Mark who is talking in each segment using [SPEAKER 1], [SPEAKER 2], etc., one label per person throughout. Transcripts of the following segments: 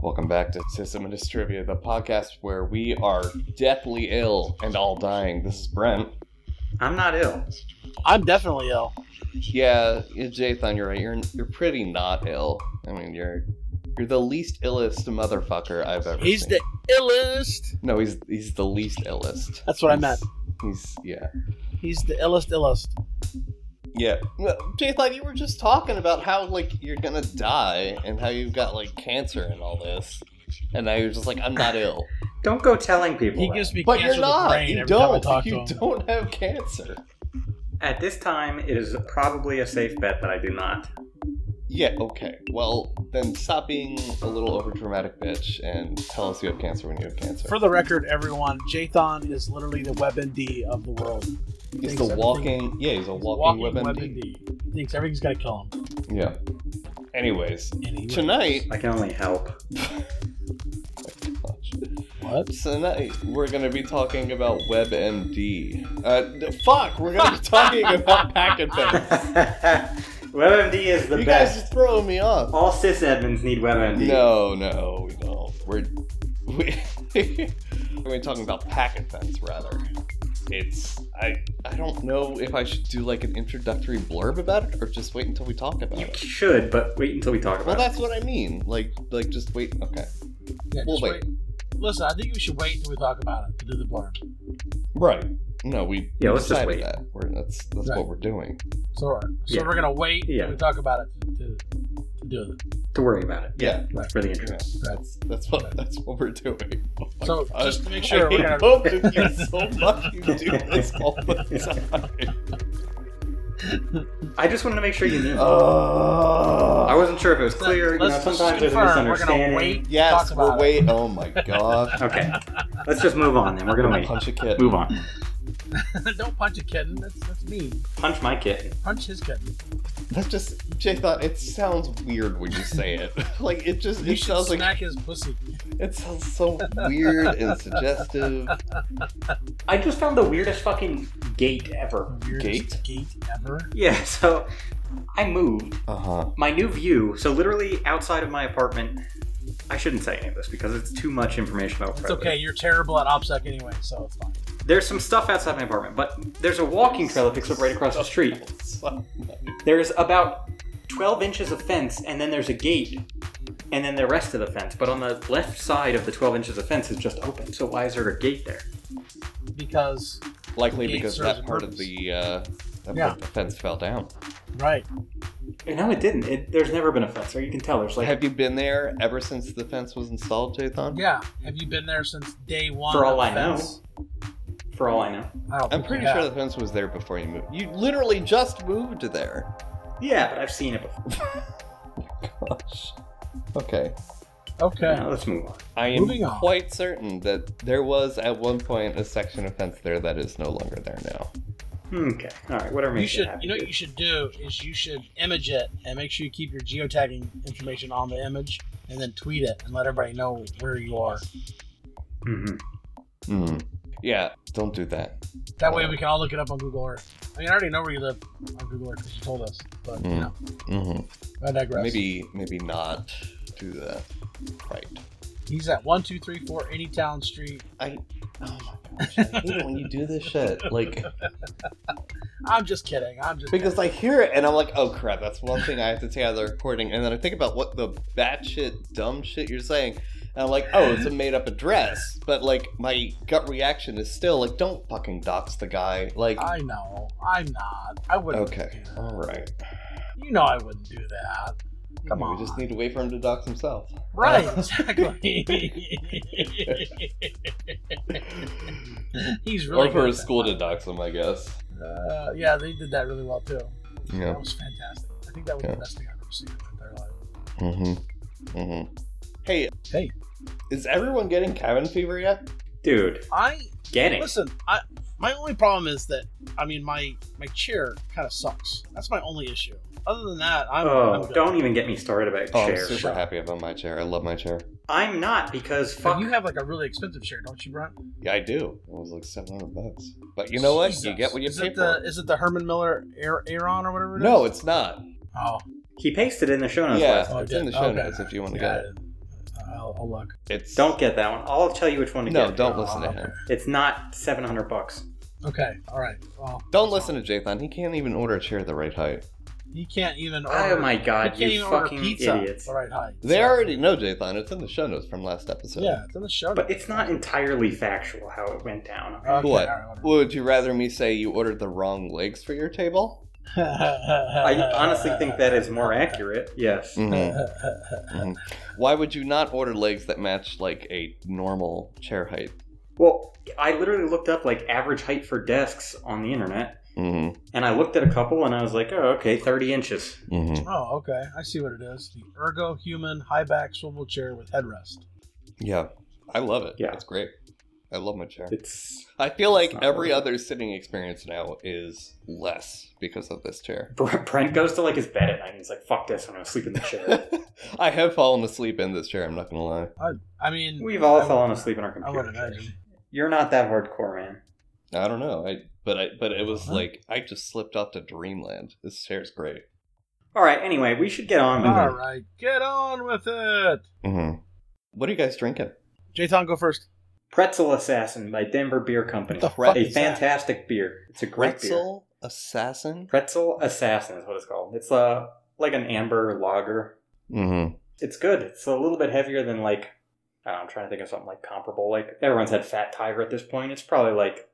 [SPEAKER 1] Welcome back to System and Distribute, the podcast where we are deathly ill and all dying. This is Brent.
[SPEAKER 2] I'm not ill.
[SPEAKER 3] I'm definitely ill.
[SPEAKER 1] Yeah, yeah, Jathan, you're right. You're you're pretty not ill. I mean, you're you're the least illest motherfucker I've ever
[SPEAKER 3] He's
[SPEAKER 1] seen.
[SPEAKER 3] the illest.
[SPEAKER 1] no, he's he's the least illest.
[SPEAKER 3] That's what I
[SPEAKER 1] He's-
[SPEAKER 3] meant.
[SPEAKER 1] He's yeah.
[SPEAKER 3] He's the illest illest.
[SPEAKER 1] Yeah. Jathan, you were just talking about how like you're gonna die and how you've got like cancer and all this. And now you're just like, I'm not ill.
[SPEAKER 2] Don't go telling people.
[SPEAKER 3] He
[SPEAKER 2] that.
[SPEAKER 3] gives me
[SPEAKER 1] But
[SPEAKER 3] cancer
[SPEAKER 1] you're
[SPEAKER 3] of the
[SPEAKER 1] not.
[SPEAKER 3] brain
[SPEAKER 1] You
[SPEAKER 3] every time I
[SPEAKER 1] don't.
[SPEAKER 3] talk
[SPEAKER 1] You
[SPEAKER 3] to him.
[SPEAKER 1] don't have cancer.
[SPEAKER 2] At this time, it is probably a safe bet that I do not.
[SPEAKER 1] Yeah, okay. Well, then stop being a little overdramatic bitch and tell us you have cancer when you have cancer.
[SPEAKER 3] For the record, everyone, Jathan is literally the WebMD of the world. He's
[SPEAKER 1] he's
[SPEAKER 3] thinks
[SPEAKER 1] the
[SPEAKER 3] everything-
[SPEAKER 1] walking, yeah, he's a
[SPEAKER 3] a
[SPEAKER 1] walking, WebMD.
[SPEAKER 3] WebMD. He thinks everything's gonna kill him.
[SPEAKER 1] Yeah. Anyways,
[SPEAKER 3] And he
[SPEAKER 1] tonight,
[SPEAKER 2] I can only help.
[SPEAKER 3] what?
[SPEAKER 1] tonight we're gonna be talking about WebMD. Uh, d- fuck, we're gonna be talking about Packet Bay.
[SPEAKER 2] WebMD is the
[SPEAKER 1] You guys
[SPEAKER 2] best.
[SPEAKER 1] are throwing me off.
[SPEAKER 2] All sysadmins need WebMD.
[SPEAKER 1] No, no, we don't. We're we we're gonna be talking about packet fence rather. It's I I don't know if I should do like an introductory blurb about it or just wait until we talk about
[SPEAKER 2] You
[SPEAKER 1] it.
[SPEAKER 2] should, but wait until we talk
[SPEAKER 1] Well,
[SPEAKER 2] about it.
[SPEAKER 1] that's what I mean. Like like just wait. Okay,
[SPEAKER 3] Yeah,
[SPEAKER 1] we'll
[SPEAKER 3] just
[SPEAKER 1] wait.
[SPEAKER 3] Listen, I think we should wait until we talk about it to do the blurb.
[SPEAKER 1] Right. No, we we
[SPEAKER 2] Yeah, let's just
[SPEAKER 1] decided
[SPEAKER 2] wait.
[SPEAKER 1] That. We're, that's that's
[SPEAKER 3] Right.
[SPEAKER 1] what we're doing.
[SPEAKER 3] So, we're- so
[SPEAKER 2] Yeah.
[SPEAKER 3] we're gonna wait
[SPEAKER 2] Yeah.
[SPEAKER 3] until we talk about it to, to do it.
[SPEAKER 2] To worry about it.
[SPEAKER 1] Yeah.
[SPEAKER 2] For the
[SPEAKER 1] yeah.
[SPEAKER 2] intro.
[SPEAKER 1] That's that's what that's what we're doing. Oh my
[SPEAKER 3] So
[SPEAKER 1] God.
[SPEAKER 3] just to make sure,
[SPEAKER 1] I
[SPEAKER 3] we're
[SPEAKER 1] hate
[SPEAKER 3] gonna
[SPEAKER 1] both of you so much. You do this all the time.
[SPEAKER 2] I just wanted to make sure
[SPEAKER 1] Uh,
[SPEAKER 2] you knew. I
[SPEAKER 1] Oh.
[SPEAKER 2] wasn't sure if it was clear. You know,
[SPEAKER 3] Let's just
[SPEAKER 2] sometimes there's a
[SPEAKER 3] confirm, We're gonna
[SPEAKER 2] misunderstanding.
[SPEAKER 3] wait. to
[SPEAKER 1] Yes,
[SPEAKER 3] talk
[SPEAKER 1] we're
[SPEAKER 3] about it.
[SPEAKER 1] wait. Oh my god.
[SPEAKER 2] Okay. Let's just move on then. We're gonna wait.
[SPEAKER 1] Punch a kid.
[SPEAKER 2] Move on.
[SPEAKER 3] Don't punch a kitten. That's that's mean.
[SPEAKER 2] Punch my kitten.
[SPEAKER 3] Punch his kitten.
[SPEAKER 1] That just Jay thought it sounds weird when you say it. like it just
[SPEAKER 3] You
[SPEAKER 1] it
[SPEAKER 3] should
[SPEAKER 1] sounds like
[SPEAKER 3] smack his pussy.
[SPEAKER 1] it sounds so weird and suggestive.
[SPEAKER 2] I just found the weirdest fucking gate ever.
[SPEAKER 1] Gate?
[SPEAKER 3] Weirdest gate ever.
[SPEAKER 2] Yeah, so I moved.
[SPEAKER 1] Uh huh.
[SPEAKER 2] my new view so literally outside of my apartment i shouldn't say any of this because it's too much information about
[SPEAKER 3] It's okay. You're terrible at OPSEC anyway, so it's fine.
[SPEAKER 2] there's some stuff outside my apartment but there's a walking trail that picks up right across the street there's about 12 inches of fence and then there's a gate and then the rest of the fence but on the left side of the 12 inches of fence is just open so why is there a gate there
[SPEAKER 3] Because
[SPEAKER 1] Likely
[SPEAKER 3] Gate
[SPEAKER 1] because
[SPEAKER 3] serves
[SPEAKER 1] that
[SPEAKER 3] a
[SPEAKER 1] part of
[SPEAKER 3] purpose.
[SPEAKER 1] the uh, that
[SPEAKER 3] Yeah.
[SPEAKER 1] part of the fence fell down.
[SPEAKER 3] right,
[SPEAKER 2] no it didn't it, there's never been a fence there you can tell there's like
[SPEAKER 1] Have you been there ever since the fence was installed, Jathan?
[SPEAKER 3] yeah. Have you been there since day one?
[SPEAKER 2] For
[SPEAKER 3] of
[SPEAKER 2] all
[SPEAKER 3] the
[SPEAKER 2] I know.
[SPEAKER 3] fence?
[SPEAKER 2] for all i know
[SPEAKER 3] I don't
[SPEAKER 1] I'm
[SPEAKER 3] think
[SPEAKER 1] pretty
[SPEAKER 3] you
[SPEAKER 1] sure
[SPEAKER 3] have.
[SPEAKER 1] the fence was there before you moved. You literally just moved there.
[SPEAKER 2] yeah but i've seen it before
[SPEAKER 1] Gosh. Okay.
[SPEAKER 3] Okay.
[SPEAKER 2] Now, let's move on
[SPEAKER 1] I am
[SPEAKER 3] Moving on.
[SPEAKER 1] quite certain that there was at one point a section of fence there that is no longer there now.
[SPEAKER 2] okay all right whatever
[SPEAKER 3] You
[SPEAKER 2] makes
[SPEAKER 3] should.
[SPEAKER 2] happy
[SPEAKER 3] You know
[SPEAKER 2] dude.
[SPEAKER 3] what you should do is you should image it and make sure you keep your geotagging information on the image, and then tweet it and let everybody know where you are.
[SPEAKER 2] Mhm.
[SPEAKER 1] Hmm. Yeah, don't do that.
[SPEAKER 3] That way we can all look it up on Google Earth. I mean, I already know where you live on Google Earth because you told us, but you
[SPEAKER 1] Mm.
[SPEAKER 3] know,
[SPEAKER 1] hmm
[SPEAKER 3] I digress.
[SPEAKER 1] Maybe, maybe not do that. Right.
[SPEAKER 3] he's at one two three four Anytown Street.
[SPEAKER 1] I. Oh my gosh! I hate it when you do this shit. Like
[SPEAKER 3] I'm just kidding. I'm just
[SPEAKER 1] because I hear it and I'm like, oh crap, that's one thing I have to take out of the recording. And then I think about what the batshit dumb shit you're saying, and I'm like, oh, it's a made up address. But like my gut reaction is still like, don't fucking dox the guy. Like.
[SPEAKER 3] I know. I'm not. I wouldn't.
[SPEAKER 1] Okay.
[SPEAKER 3] do that.
[SPEAKER 1] All right.
[SPEAKER 3] You know I wouldn't do that. Come on.
[SPEAKER 1] We just need to wait for him to dox himself.
[SPEAKER 3] right.
[SPEAKER 1] Uh,
[SPEAKER 3] Exactly. He's really
[SPEAKER 1] or for
[SPEAKER 3] good
[SPEAKER 1] a
[SPEAKER 3] at that.
[SPEAKER 1] school to dox him, I guess.
[SPEAKER 3] Uh, yeah, they did that really well too.
[SPEAKER 1] Yeah.
[SPEAKER 3] That was fantastic. I think that was
[SPEAKER 1] Yeah.
[SPEAKER 3] the best thing I've ever seen in my entire life.
[SPEAKER 1] Mm-hmm. Mm-hmm. Hey.
[SPEAKER 3] Hey.
[SPEAKER 1] Is everyone getting cabin fever yet?
[SPEAKER 2] dude
[SPEAKER 3] I
[SPEAKER 2] getting
[SPEAKER 3] Listen, I my only problem is that I mean my my chair kind of sucks. That's my only issue. Other than that, I'm, I'm
[SPEAKER 2] Oh,
[SPEAKER 3] good.
[SPEAKER 2] don't even get me started about
[SPEAKER 1] Oh, I'm
[SPEAKER 2] chairs.
[SPEAKER 1] super happy about my chair. I love my chair.
[SPEAKER 2] I'm not because fuck.
[SPEAKER 3] But you have like a really expensive chair, don't you, Brent?
[SPEAKER 1] Yeah, I do. It was like seven hundred bucks. But you know what? You
[SPEAKER 3] Jesus.
[SPEAKER 1] get what you
[SPEAKER 3] is
[SPEAKER 1] pay
[SPEAKER 3] it the,
[SPEAKER 1] for.
[SPEAKER 3] Is it the Herman Miller Air- Aeron or whatever? It is?
[SPEAKER 1] No, it's not.
[SPEAKER 3] Oh,
[SPEAKER 2] he pasted in the show notes.
[SPEAKER 1] Yeah,
[SPEAKER 2] last-
[SPEAKER 3] oh,
[SPEAKER 1] it's
[SPEAKER 3] I
[SPEAKER 1] in the
[SPEAKER 3] did.
[SPEAKER 1] show
[SPEAKER 3] Okay.
[SPEAKER 1] notes if you want to
[SPEAKER 3] Yeah,
[SPEAKER 1] get
[SPEAKER 3] I
[SPEAKER 1] it.
[SPEAKER 3] did. I'll, I'll look.
[SPEAKER 1] It's
[SPEAKER 2] Don't get that one. I'll tell you which one to
[SPEAKER 1] no,
[SPEAKER 2] get.
[SPEAKER 1] don't listen to him.
[SPEAKER 2] It's not 700 bucks.
[SPEAKER 3] Okay, all right. Well,
[SPEAKER 1] Don't listen to Jathan. He can't even order a chair the right height.
[SPEAKER 3] you can't even. Order,
[SPEAKER 2] Oh my
[SPEAKER 3] You
[SPEAKER 2] god,
[SPEAKER 3] can't
[SPEAKER 2] you,
[SPEAKER 3] even order
[SPEAKER 2] fucking
[SPEAKER 3] pizza
[SPEAKER 2] idiots.
[SPEAKER 3] the right height.
[SPEAKER 1] They
[SPEAKER 3] so-
[SPEAKER 1] already know Jathan. It's in the show notes from last episode.
[SPEAKER 3] Yeah, it's in the show.
[SPEAKER 2] But it's not entirely factual how it went down.
[SPEAKER 3] Okay,
[SPEAKER 1] What?
[SPEAKER 3] all right, whatever.
[SPEAKER 1] Would you rather me say you ordered the wrong legs for your table?
[SPEAKER 2] I honestly think that is more accurate. Yes.
[SPEAKER 3] Mm.
[SPEAKER 1] Mhm. Why would you not order legs that match like a normal chair height?
[SPEAKER 2] Well, I literally looked up like average height for desks on the internet,
[SPEAKER 1] hmm
[SPEAKER 2] and I looked at a couple, and I was like, oh, okay, 30 inches.
[SPEAKER 1] hmm
[SPEAKER 3] Oh, okay. I see what it is. The ergo human high back swivel chair with headrest.
[SPEAKER 1] Yeah, I love it.
[SPEAKER 2] Yeah.
[SPEAKER 1] it's great. I love my chair.
[SPEAKER 2] It's
[SPEAKER 1] I feel like
[SPEAKER 2] It's not
[SPEAKER 1] every
[SPEAKER 2] really-
[SPEAKER 1] other sitting experience now is less because of this chair.
[SPEAKER 2] Br- Brent goes to like his bed at night, and he's like, fuck this, I'm gonna sleep in the chair.
[SPEAKER 1] I have fallen asleep in this chair. I'm not gonna lie.
[SPEAKER 3] I mean,
[SPEAKER 2] We've all
[SPEAKER 3] I
[SPEAKER 2] fallen
[SPEAKER 3] would-
[SPEAKER 2] asleep in our
[SPEAKER 3] I would
[SPEAKER 2] computer. chairs.
[SPEAKER 3] imagine.
[SPEAKER 2] You're not that hardcore, man.
[SPEAKER 1] I don't know. I but I but it was
[SPEAKER 3] Huh?
[SPEAKER 1] like I just slipped off to dreamland. This chair's great.
[SPEAKER 2] All right. Anyway, we should get on with
[SPEAKER 3] All
[SPEAKER 2] it.
[SPEAKER 3] right, get on with it.
[SPEAKER 1] Mm-hmm. What are you guys drinking?
[SPEAKER 3] Jathan, go first.
[SPEAKER 2] Pretzel Assassin by Denver Beer Company.
[SPEAKER 3] What the
[SPEAKER 1] fuck
[SPEAKER 2] a
[SPEAKER 1] is
[SPEAKER 3] that?
[SPEAKER 2] fantastic beer. It's a great beer.
[SPEAKER 1] Pretzel assassin.
[SPEAKER 2] Pretzel Assassin is what it's called. It's uh, like an amber lager.
[SPEAKER 1] Mm-hmm.
[SPEAKER 2] It's good. It's a little bit heavier than like I don't know, I'm trying to think of something like comparable. Like everyone's had Fat Tiger at this point. It's probably like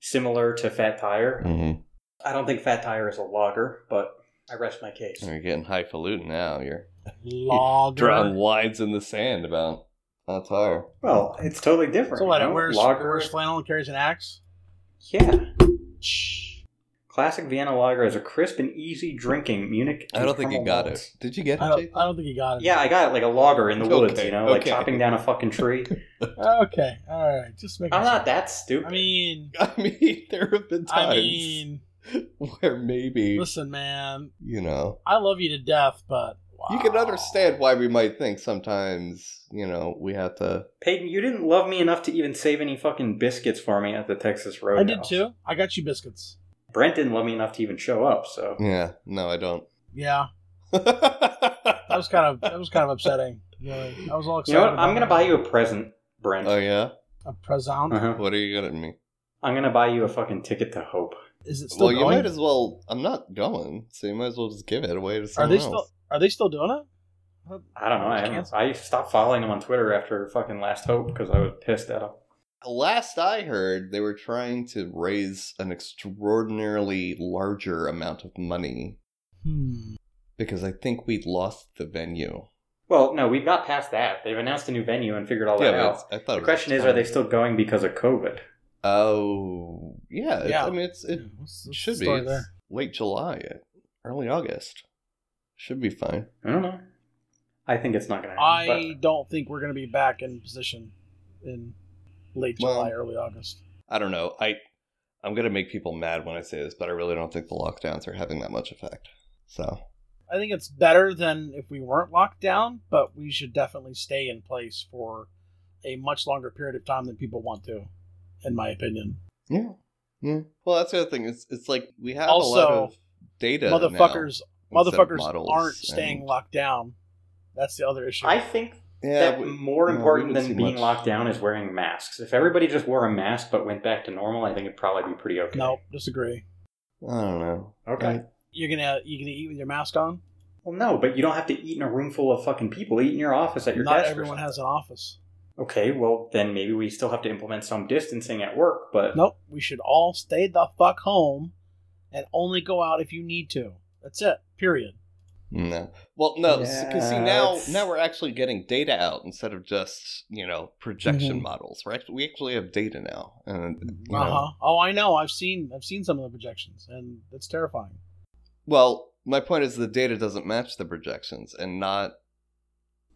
[SPEAKER 2] similar to Fat Tire.
[SPEAKER 1] Mm-hmm.
[SPEAKER 2] I don't think Fat Tire is a lager, but I rest my case.
[SPEAKER 1] You're getting highfalutin now. You're
[SPEAKER 3] Lager.
[SPEAKER 1] drawing lines in the sand about that tire.
[SPEAKER 2] Well, it's totally different.
[SPEAKER 3] So what?
[SPEAKER 2] you
[SPEAKER 3] It
[SPEAKER 2] know?
[SPEAKER 3] wears,
[SPEAKER 2] lager.
[SPEAKER 3] wears flannel and carries an axe.
[SPEAKER 2] yeah.
[SPEAKER 3] Shh.
[SPEAKER 2] Classic Vienna lager is a crisp and easy drinking Munich.
[SPEAKER 1] I don't think you
[SPEAKER 2] caramel
[SPEAKER 1] got
[SPEAKER 2] malts.
[SPEAKER 1] it. Did you get it?
[SPEAKER 3] I don't,
[SPEAKER 1] Jake?
[SPEAKER 3] I don't think he got it.
[SPEAKER 2] Yeah, I got it like a logger in the woods,
[SPEAKER 1] Okay,
[SPEAKER 2] you know, like
[SPEAKER 1] okay.
[SPEAKER 2] chopping down a fucking tree.
[SPEAKER 3] Okay. All right. Just make.
[SPEAKER 2] I'm not that stupid.
[SPEAKER 3] I mean,
[SPEAKER 1] I mean, there have been times
[SPEAKER 3] I mean,
[SPEAKER 1] where maybe
[SPEAKER 3] listen, man.
[SPEAKER 1] you know
[SPEAKER 3] I love you to death, but wow.
[SPEAKER 1] you can understand why we might think sometimes you know we have to.
[SPEAKER 2] Peyton, you didn't love me enough to even save any fucking biscuits for me at the Texas Roadhouse.
[SPEAKER 3] I did too. I got you biscuits.
[SPEAKER 2] Brent didn't love me enough to even show up, so
[SPEAKER 1] Yeah, no, I don't.
[SPEAKER 3] Yeah, that
[SPEAKER 1] I
[SPEAKER 3] was kind of that was kind of upsetting. Really, I was all
[SPEAKER 2] you
[SPEAKER 3] excited.
[SPEAKER 2] know what? I'm
[SPEAKER 3] about
[SPEAKER 2] gonna
[SPEAKER 3] it.
[SPEAKER 2] buy you a present, Brent.
[SPEAKER 1] Oh yeah.
[SPEAKER 3] a present.
[SPEAKER 2] Uh-huh.
[SPEAKER 1] What are you gonna me?
[SPEAKER 2] I'm gonna buy you a fucking ticket to Hope.
[SPEAKER 3] Is it still
[SPEAKER 1] Well, you
[SPEAKER 3] going?
[SPEAKER 1] might as well. I'm not going, so you might as well just give it away to
[SPEAKER 3] are
[SPEAKER 1] someone
[SPEAKER 3] they
[SPEAKER 1] else.
[SPEAKER 3] still are they still doing it?
[SPEAKER 2] I don't know. I, haven't- I stopped following him on Twitter after fucking last Hope because I was pissed at him.
[SPEAKER 1] Last I heard, they were trying to raise an extraordinarily larger amount of money
[SPEAKER 3] Hmm.
[SPEAKER 1] because I think we lost the venue.
[SPEAKER 2] Well, no, we got past that. They've announced a new venue and figured all that
[SPEAKER 1] but
[SPEAKER 2] out.
[SPEAKER 1] it's- I thought
[SPEAKER 2] Oh, The
[SPEAKER 1] it was
[SPEAKER 2] question is, are they
[SPEAKER 1] time.
[SPEAKER 2] still going because of COVID?
[SPEAKER 1] Oh, yeah. it's-
[SPEAKER 3] Yeah.
[SPEAKER 1] I mean, it's it
[SPEAKER 3] What's- what's the
[SPEAKER 1] should be
[SPEAKER 3] story
[SPEAKER 1] It's
[SPEAKER 3] there?
[SPEAKER 1] late July, uh, early August. Should be fine.
[SPEAKER 2] I don't know. I think it's not going to happen.
[SPEAKER 3] I don't think we're gonna be back in position in late
[SPEAKER 1] Well-
[SPEAKER 3] July, early August.
[SPEAKER 1] I don't know. I I'm gonna make people mad when I say this, but I really don't think the lockdowns are having that much effect. So
[SPEAKER 3] I think it's better than if we weren't locked down, but we should definitely stay in place for a much longer period of time than people want to, in my opinion.
[SPEAKER 1] yeah, yeah. Well, that's the other thing. It's it's like we have a lot
[SPEAKER 3] Also,
[SPEAKER 1] of data. now
[SPEAKER 3] motherfuckers
[SPEAKER 1] instead of
[SPEAKER 3] motherfuckers
[SPEAKER 1] models
[SPEAKER 3] aren't staying
[SPEAKER 1] and-
[SPEAKER 3] locked down. That's the other issue.
[SPEAKER 2] But I think
[SPEAKER 1] Yeah,
[SPEAKER 2] that
[SPEAKER 1] we-
[SPEAKER 2] more
[SPEAKER 1] no, we
[SPEAKER 2] important
[SPEAKER 1] didn't
[SPEAKER 2] than
[SPEAKER 1] see
[SPEAKER 2] being
[SPEAKER 1] much.
[SPEAKER 2] locked down is wearing masks. If everybody just wore a mask but went back to normal, I think it'd probably be pretty okay.
[SPEAKER 3] no, disagree.
[SPEAKER 1] I don't know.
[SPEAKER 2] Okay.
[SPEAKER 1] I-
[SPEAKER 3] You're gonna you're gonna eat with your mask on.
[SPEAKER 2] Well, no, but you don't have to eat in a room full of fucking people. Eat in your office at your
[SPEAKER 3] Not
[SPEAKER 2] desk. or
[SPEAKER 3] everyone
[SPEAKER 2] something.
[SPEAKER 3] has an office.
[SPEAKER 2] Okay, well then maybe we still have to implement some distancing at work. But
[SPEAKER 3] Nope. We should all stay the fuck home, and only go out if you need to. That's it. Period.
[SPEAKER 1] No. Well, no, because see
[SPEAKER 2] Yeah,
[SPEAKER 1] now
[SPEAKER 2] it's-
[SPEAKER 1] now we're actually getting data out instead of just you know projection
[SPEAKER 2] Mm-hmm.
[SPEAKER 1] models. Right? We actually have data now, and you know,
[SPEAKER 3] Uh
[SPEAKER 2] Uh-huh.
[SPEAKER 3] huh. Oh, I know. I've seen I've seen some of the projections, and it's terrifying.
[SPEAKER 1] well, my point is the data doesn't match the projections, and not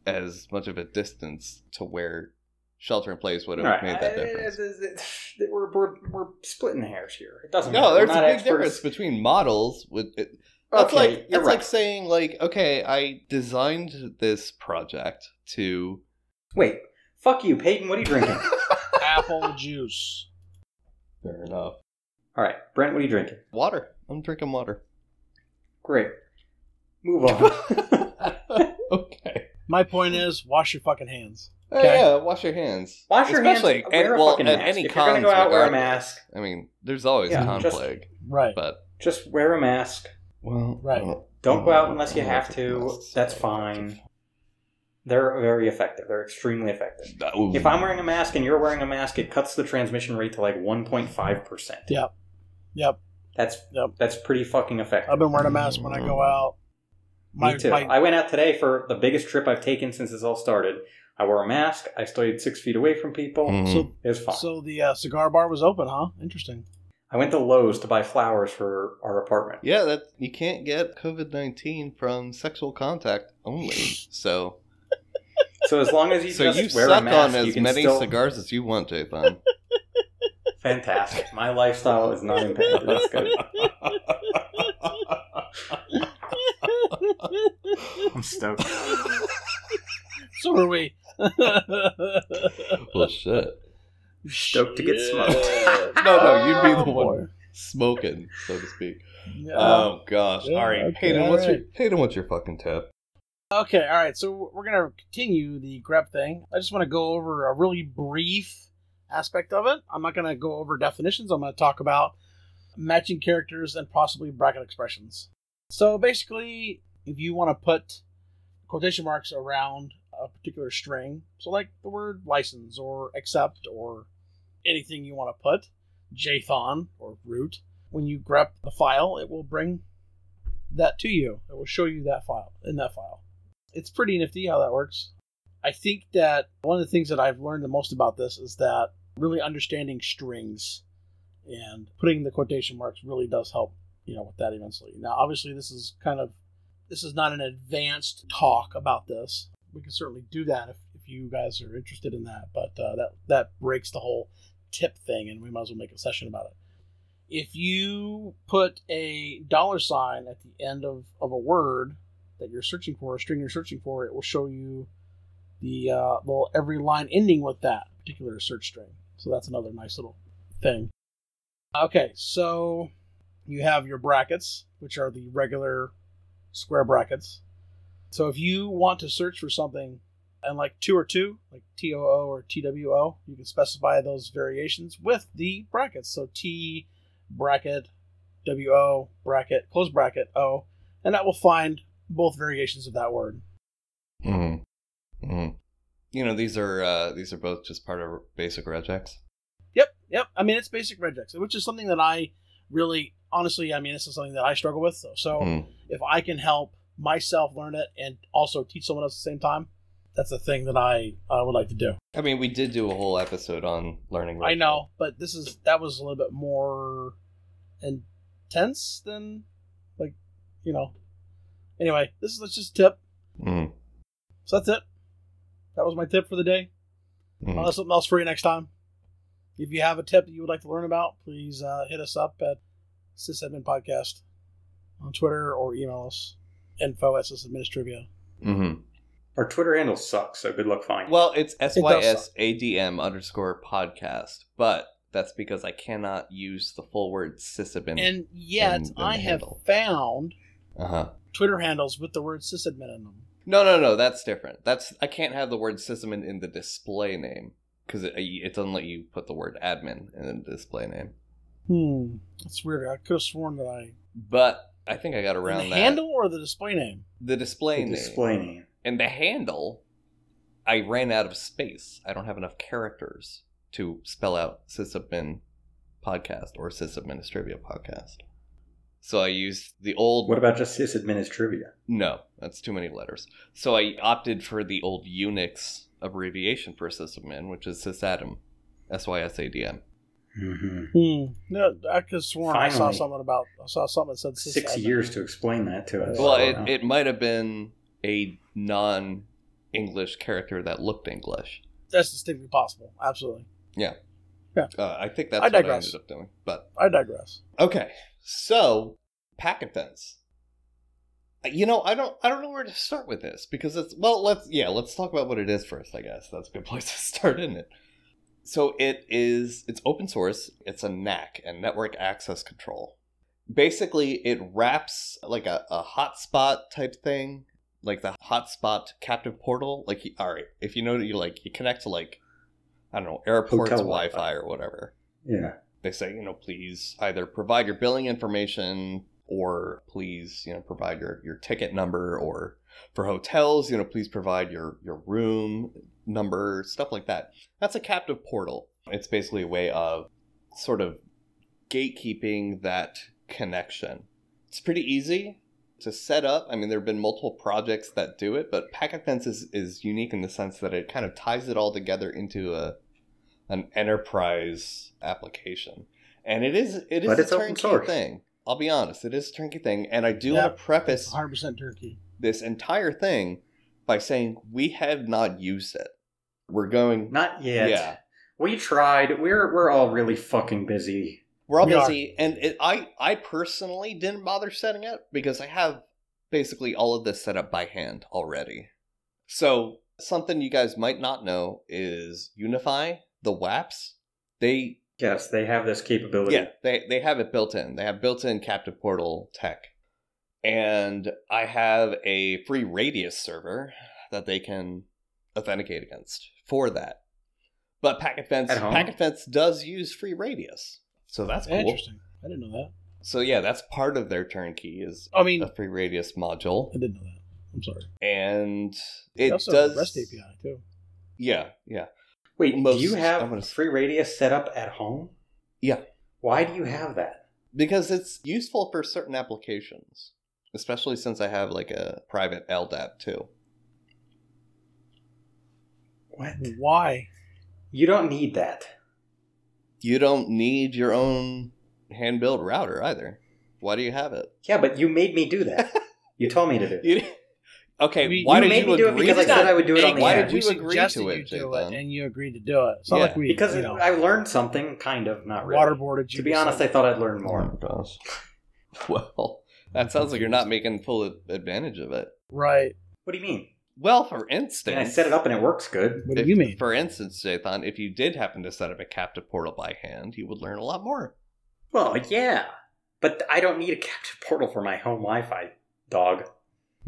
[SPEAKER 1] as much of a distance to where shelter in place would have
[SPEAKER 2] Alright,
[SPEAKER 1] made that
[SPEAKER 2] I-
[SPEAKER 1] difference.
[SPEAKER 2] I- I- I- we're, we're, we're splitting hairs here. It doesn't matter.
[SPEAKER 1] no, there's
[SPEAKER 2] we're
[SPEAKER 1] a
[SPEAKER 2] not
[SPEAKER 1] big
[SPEAKER 2] experts.
[SPEAKER 1] difference between models. With it, that's
[SPEAKER 2] Okay,
[SPEAKER 1] like
[SPEAKER 2] you're
[SPEAKER 1] that's
[SPEAKER 2] right.
[SPEAKER 1] like saying like, okay, I designed this project to
[SPEAKER 2] Wait, fuck you, Peyton. What are you drinking?
[SPEAKER 3] Apple juice.
[SPEAKER 1] fair enough
[SPEAKER 2] All right, Brent. What are you drinking?
[SPEAKER 1] water. I'm drinking water.
[SPEAKER 2] Great. Move on.
[SPEAKER 1] Uh, okay.
[SPEAKER 3] My point is, wash your fucking hands.
[SPEAKER 1] Oh,
[SPEAKER 3] Okay.
[SPEAKER 1] yeah, wash your hands.
[SPEAKER 2] Wash your
[SPEAKER 1] Especially
[SPEAKER 2] hands.
[SPEAKER 1] and-
[SPEAKER 2] wear a
[SPEAKER 1] well,
[SPEAKER 2] fucking
[SPEAKER 1] at
[SPEAKER 2] mask.
[SPEAKER 1] any
[SPEAKER 2] if you're gonna
[SPEAKER 1] cons
[SPEAKER 2] go out, wear a
[SPEAKER 1] regardless.
[SPEAKER 2] mask.
[SPEAKER 1] I mean, there's always
[SPEAKER 2] Yeah,
[SPEAKER 1] con
[SPEAKER 2] just-
[SPEAKER 1] plague,
[SPEAKER 3] Right.
[SPEAKER 1] but
[SPEAKER 2] Just wear a mask.
[SPEAKER 1] well,
[SPEAKER 3] Right.
[SPEAKER 1] well,
[SPEAKER 2] Don't go out
[SPEAKER 1] well,
[SPEAKER 2] unless you
[SPEAKER 1] well,
[SPEAKER 2] have
[SPEAKER 1] that's
[SPEAKER 2] to.
[SPEAKER 1] necessary.
[SPEAKER 2] That's fine. They're very effective. They're extremely effective.
[SPEAKER 1] That would-
[SPEAKER 2] If I'm wearing a mask and you're wearing a mask, it cuts the transmission rate to like 1.5 percent.
[SPEAKER 3] Yep. Yep.
[SPEAKER 2] That's
[SPEAKER 3] Yep.
[SPEAKER 2] that's pretty fucking effective.
[SPEAKER 3] I've been wearing a mask when I go out. My,
[SPEAKER 2] Me too.
[SPEAKER 3] my
[SPEAKER 2] I went out today for the biggest trip I've taken since this all started. I wore a mask. I stayed six feet away from people.
[SPEAKER 1] Mhm.
[SPEAKER 3] so
[SPEAKER 2] It was fine.
[SPEAKER 3] so the uh, cigar bar was open, huh? Interesting.
[SPEAKER 2] I went to Lowe's to buy flowers for our apartment.
[SPEAKER 1] yeah, that you can't get COVID nineteen from sexual contact only. So,
[SPEAKER 2] So as long as you
[SPEAKER 1] so
[SPEAKER 2] just
[SPEAKER 1] you
[SPEAKER 2] wear a
[SPEAKER 1] suck on
[SPEAKER 2] mask, you
[SPEAKER 1] as
[SPEAKER 2] can
[SPEAKER 1] many
[SPEAKER 2] still...
[SPEAKER 1] cigars as you want, Jathan.
[SPEAKER 2] Fantastic. My lifestyle is not impacted. That's good.
[SPEAKER 4] I'm stoked.
[SPEAKER 3] so are we.
[SPEAKER 1] well, shit.
[SPEAKER 2] Stoked to get smoked.
[SPEAKER 1] No, no, you'd be the
[SPEAKER 3] Oh,
[SPEAKER 1] one
[SPEAKER 3] boy.
[SPEAKER 1] smoking, so to speak.
[SPEAKER 3] Yeah.
[SPEAKER 1] oh gosh!
[SPEAKER 3] Um, yeah,
[SPEAKER 1] all right,
[SPEAKER 3] okay,
[SPEAKER 1] Hayden,
[SPEAKER 3] all
[SPEAKER 1] what's your
[SPEAKER 3] right.
[SPEAKER 1] Hayden? What's your fucking tip?
[SPEAKER 3] Okay, all right. So we're gonna continue the grep thing. I just want to go over a really brief aspect of it. I'm not gonna go over definitions. I'm gonna talk about matching characters and possibly bracket expressions. So basically, if you want to put quotation marks around a particular string, so like the word license or accept or anything you want to put, json or root, when you grep the file, it will bring that to you. It will show you that file in that file it's pretty nifty how that works. I think that one of the things that I've learned the most about this is that really understanding strings and putting the quotation marks really does help, you know, with that immensely. Now, obviously, this is kind of this is not an advanced talk about this. We can certainly do that if, if you guys are interested in that, but uh, that that breaks the whole tip thing, and we might as well make a session about it. If you put a dollar sign at the end of, of a word, that you're searching for, a string you're searching for, it will show you the uh, well every line ending with that particular search string. So that's another nice little thing. Okay, so you have your brackets, which are the regular square brackets. So if you want to search for something and like two or two, like TOO or TWO, you can specify those variations with the brackets. So T bracket, WO bracket, close bracket, O, and that will find both variations of that word.
[SPEAKER 1] Mm.
[SPEAKER 3] Mm-hmm.
[SPEAKER 1] Mm. You know, these are uh, these are both just part of basic regex.
[SPEAKER 3] Yep, yep. I mean, it's basic regex, which is something that I really, honestly, I mean, this is something that I struggle with. So, so
[SPEAKER 1] Mm.
[SPEAKER 3] if I can help myself learn it and also teach someone else at the same time, that's the thing that I uh, would like to do.
[SPEAKER 1] I mean, we did do a whole episode on learning.
[SPEAKER 3] I
[SPEAKER 1] regex.
[SPEAKER 3] know, but this is that was a little bit more intense than, like, you know. Anyway, this is that's just a tip. Mm-hmm.
[SPEAKER 1] Mm.
[SPEAKER 3] So that's it. That was my tip for the day.
[SPEAKER 1] Mm.
[SPEAKER 3] I'll have something else for you next time. If you have a tip that you would like to learn about, please uh, hit us up at sysadmin podcast on Twitter or email us info at sysadministrivia.
[SPEAKER 1] Mhm.
[SPEAKER 2] Our Twitter handle sucks, so good luck finding.
[SPEAKER 1] Well, it's S Y
[SPEAKER 3] Mm-hmm. does
[SPEAKER 1] S A D M underscore podcast, but that's because I cannot use the full word sysadmin.
[SPEAKER 3] And yet,
[SPEAKER 1] And then
[SPEAKER 3] I have
[SPEAKER 1] handle.
[SPEAKER 3] found
[SPEAKER 1] uh
[SPEAKER 3] Uh-huh.
[SPEAKER 1] huh.
[SPEAKER 3] Twitter handles with the word sysadmin in them.
[SPEAKER 1] No, no, no. That's different. That's I can't have the word sysadmin in the display name because it, it doesn't let you put the word admin in the display name.
[SPEAKER 3] Hmm, that's weird. I could have sworn that I
[SPEAKER 1] But I think I got
[SPEAKER 3] In
[SPEAKER 1] around
[SPEAKER 3] the
[SPEAKER 1] that.
[SPEAKER 3] handle or the display name.
[SPEAKER 1] the display
[SPEAKER 2] The
[SPEAKER 1] name.
[SPEAKER 2] display name.
[SPEAKER 1] and the handle i ran out of space i don't have enough characters to spell out sysadmin podcast or sysadministrivia podcast so i used the old
[SPEAKER 2] What about just sysadmin is trivia?
[SPEAKER 1] no that's too many letters so i opted for the old unix abbreviation for sysadmin which is sysadm s-y-s-a-d-m
[SPEAKER 2] Mm-hmm.
[SPEAKER 3] Hmm. No, I could have sworn I saw
[SPEAKER 2] Finally.
[SPEAKER 3] something about. I saw something that said sysadmin.
[SPEAKER 2] Six years to explain that to us.
[SPEAKER 1] well
[SPEAKER 2] I
[SPEAKER 1] it,
[SPEAKER 2] don't know.
[SPEAKER 1] it might have been a non english character that looked english
[SPEAKER 3] That's distinctly possible. Absolutely.
[SPEAKER 1] uh, i think that's
[SPEAKER 3] I
[SPEAKER 1] what i
[SPEAKER 3] digress.
[SPEAKER 1] ended up doing but
[SPEAKER 3] I digress.
[SPEAKER 1] Okay, so packet fence. Uh, You know, I don't, I don't know where to start with this because it's well, let's yeah, let's talk about what it is first. I guess that's a good place to start, isn't it? So it is, it's open source. It's a NAC and network access control. Basically, it wraps like a, a hotspot type thing like the hotspot captive portal. Like, you- all right, if you know that you like, you connect to like, I don't know, airport's
[SPEAKER 4] Hotel
[SPEAKER 1] Wi
[SPEAKER 4] Wi-Fi.
[SPEAKER 1] Fi or whatever.
[SPEAKER 4] Yeah.
[SPEAKER 1] They say, you know, please either provide your billing information or please, you know, provide your, your ticket number or for hotels, you know, please provide your, your room number, stuff like that. That's a captive portal. It's basically a way of sort of gatekeeping that connection. It's pretty easy to set up. I mean, there have been multiple projects that do it, but Packet Fence is, is unique in the sense that it kind of ties it all together into a an enterprise application. And it is it is
[SPEAKER 4] But
[SPEAKER 1] a
[SPEAKER 4] it's open
[SPEAKER 1] turnkey
[SPEAKER 4] source.
[SPEAKER 1] thing. I'll be honest, it is a turnkey thing, and I do
[SPEAKER 3] Yeah.
[SPEAKER 1] want to preface
[SPEAKER 3] 100% turkey.
[SPEAKER 1] this entire thing by saying we have not used it. We're going
[SPEAKER 2] Not yet.
[SPEAKER 1] Yeah.
[SPEAKER 2] We tried. We're we're all really fucking busy.
[SPEAKER 1] We're all
[SPEAKER 3] We are.
[SPEAKER 1] busy, and it, I I personally didn't bother setting up because I have basically all of this set up by hand already. So something you guys might not know is Unify the WAPS. They
[SPEAKER 2] Yes, they have this capability.
[SPEAKER 1] yeah they they have it built in. They have built in captive portal tech, and I have a free Radius server that they can authenticate against for that. But Packet Fence
[SPEAKER 2] At home?
[SPEAKER 1] Packet Fence does use free Radius, so that's cool.
[SPEAKER 3] Interesting. I didn't know that.
[SPEAKER 1] So yeah, that's part of their turnkey is
[SPEAKER 3] I mean,
[SPEAKER 1] a free radius module,
[SPEAKER 3] I didn't know that. I'm sorry.
[SPEAKER 1] and
[SPEAKER 3] They
[SPEAKER 1] it
[SPEAKER 3] also
[SPEAKER 1] does
[SPEAKER 3] have REST API too.
[SPEAKER 1] Yeah, yeah.
[SPEAKER 2] Wait,
[SPEAKER 1] Most-
[SPEAKER 2] do you have
[SPEAKER 1] I'm gonna-
[SPEAKER 2] free radius set up at home?
[SPEAKER 1] Yeah.
[SPEAKER 2] Why do you have that?
[SPEAKER 1] Because it's useful for certain applications, especially since I have like a private LDAP too.
[SPEAKER 2] What?
[SPEAKER 3] Why?
[SPEAKER 2] You don't need that.
[SPEAKER 1] You don't need your own hand built router either. Why do you have it?
[SPEAKER 2] Yeah, but you made me do that. you told me to do it.
[SPEAKER 1] You, okay,
[SPEAKER 3] We-
[SPEAKER 1] why
[SPEAKER 2] you
[SPEAKER 1] did
[SPEAKER 2] made
[SPEAKER 1] you
[SPEAKER 2] me do it
[SPEAKER 1] agree?
[SPEAKER 2] because I
[SPEAKER 1] to that?
[SPEAKER 2] said I would do it on the
[SPEAKER 1] Why
[SPEAKER 2] air.
[SPEAKER 1] did you
[SPEAKER 3] We
[SPEAKER 1] agree
[SPEAKER 3] suggested
[SPEAKER 1] to it,
[SPEAKER 3] you do
[SPEAKER 1] Jake, then?
[SPEAKER 3] it, and you agreed to do it. It's not
[SPEAKER 1] Yeah.
[SPEAKER 3] like we
[SPEAKER 2] Because
[SPEAKER 3] you know,
[SPEAKER 2] I learned something, kind of, not really.
[SPEAKER 3] waterboarded you.
[SPEAKER 2] To be honest, I thought I'd learn more.
[SPEAKER 1] gosh. Well, that sounds like you're not making full advantage of it.
[SPEAKER 3] right.
[SPEAKER 2] What do you mean?
[SPEAKER 1] Well, for
[SPEAKER 2] I
[SPEAKER 1] instance,
[SPEAKER 2] mean, I set it up and it works good.
[SPEAKER 3] What do
[SPEAKER 1] If-
[SPEAKER 3] you mean?
[SPEAKER 1] For instance, Jathan, if you did happen to set up a captive portal by hand, you would learn a lot more.
[SPEAKER 2] Well, yeah. But I don't need a captive portal for my home Wi Fi, dog.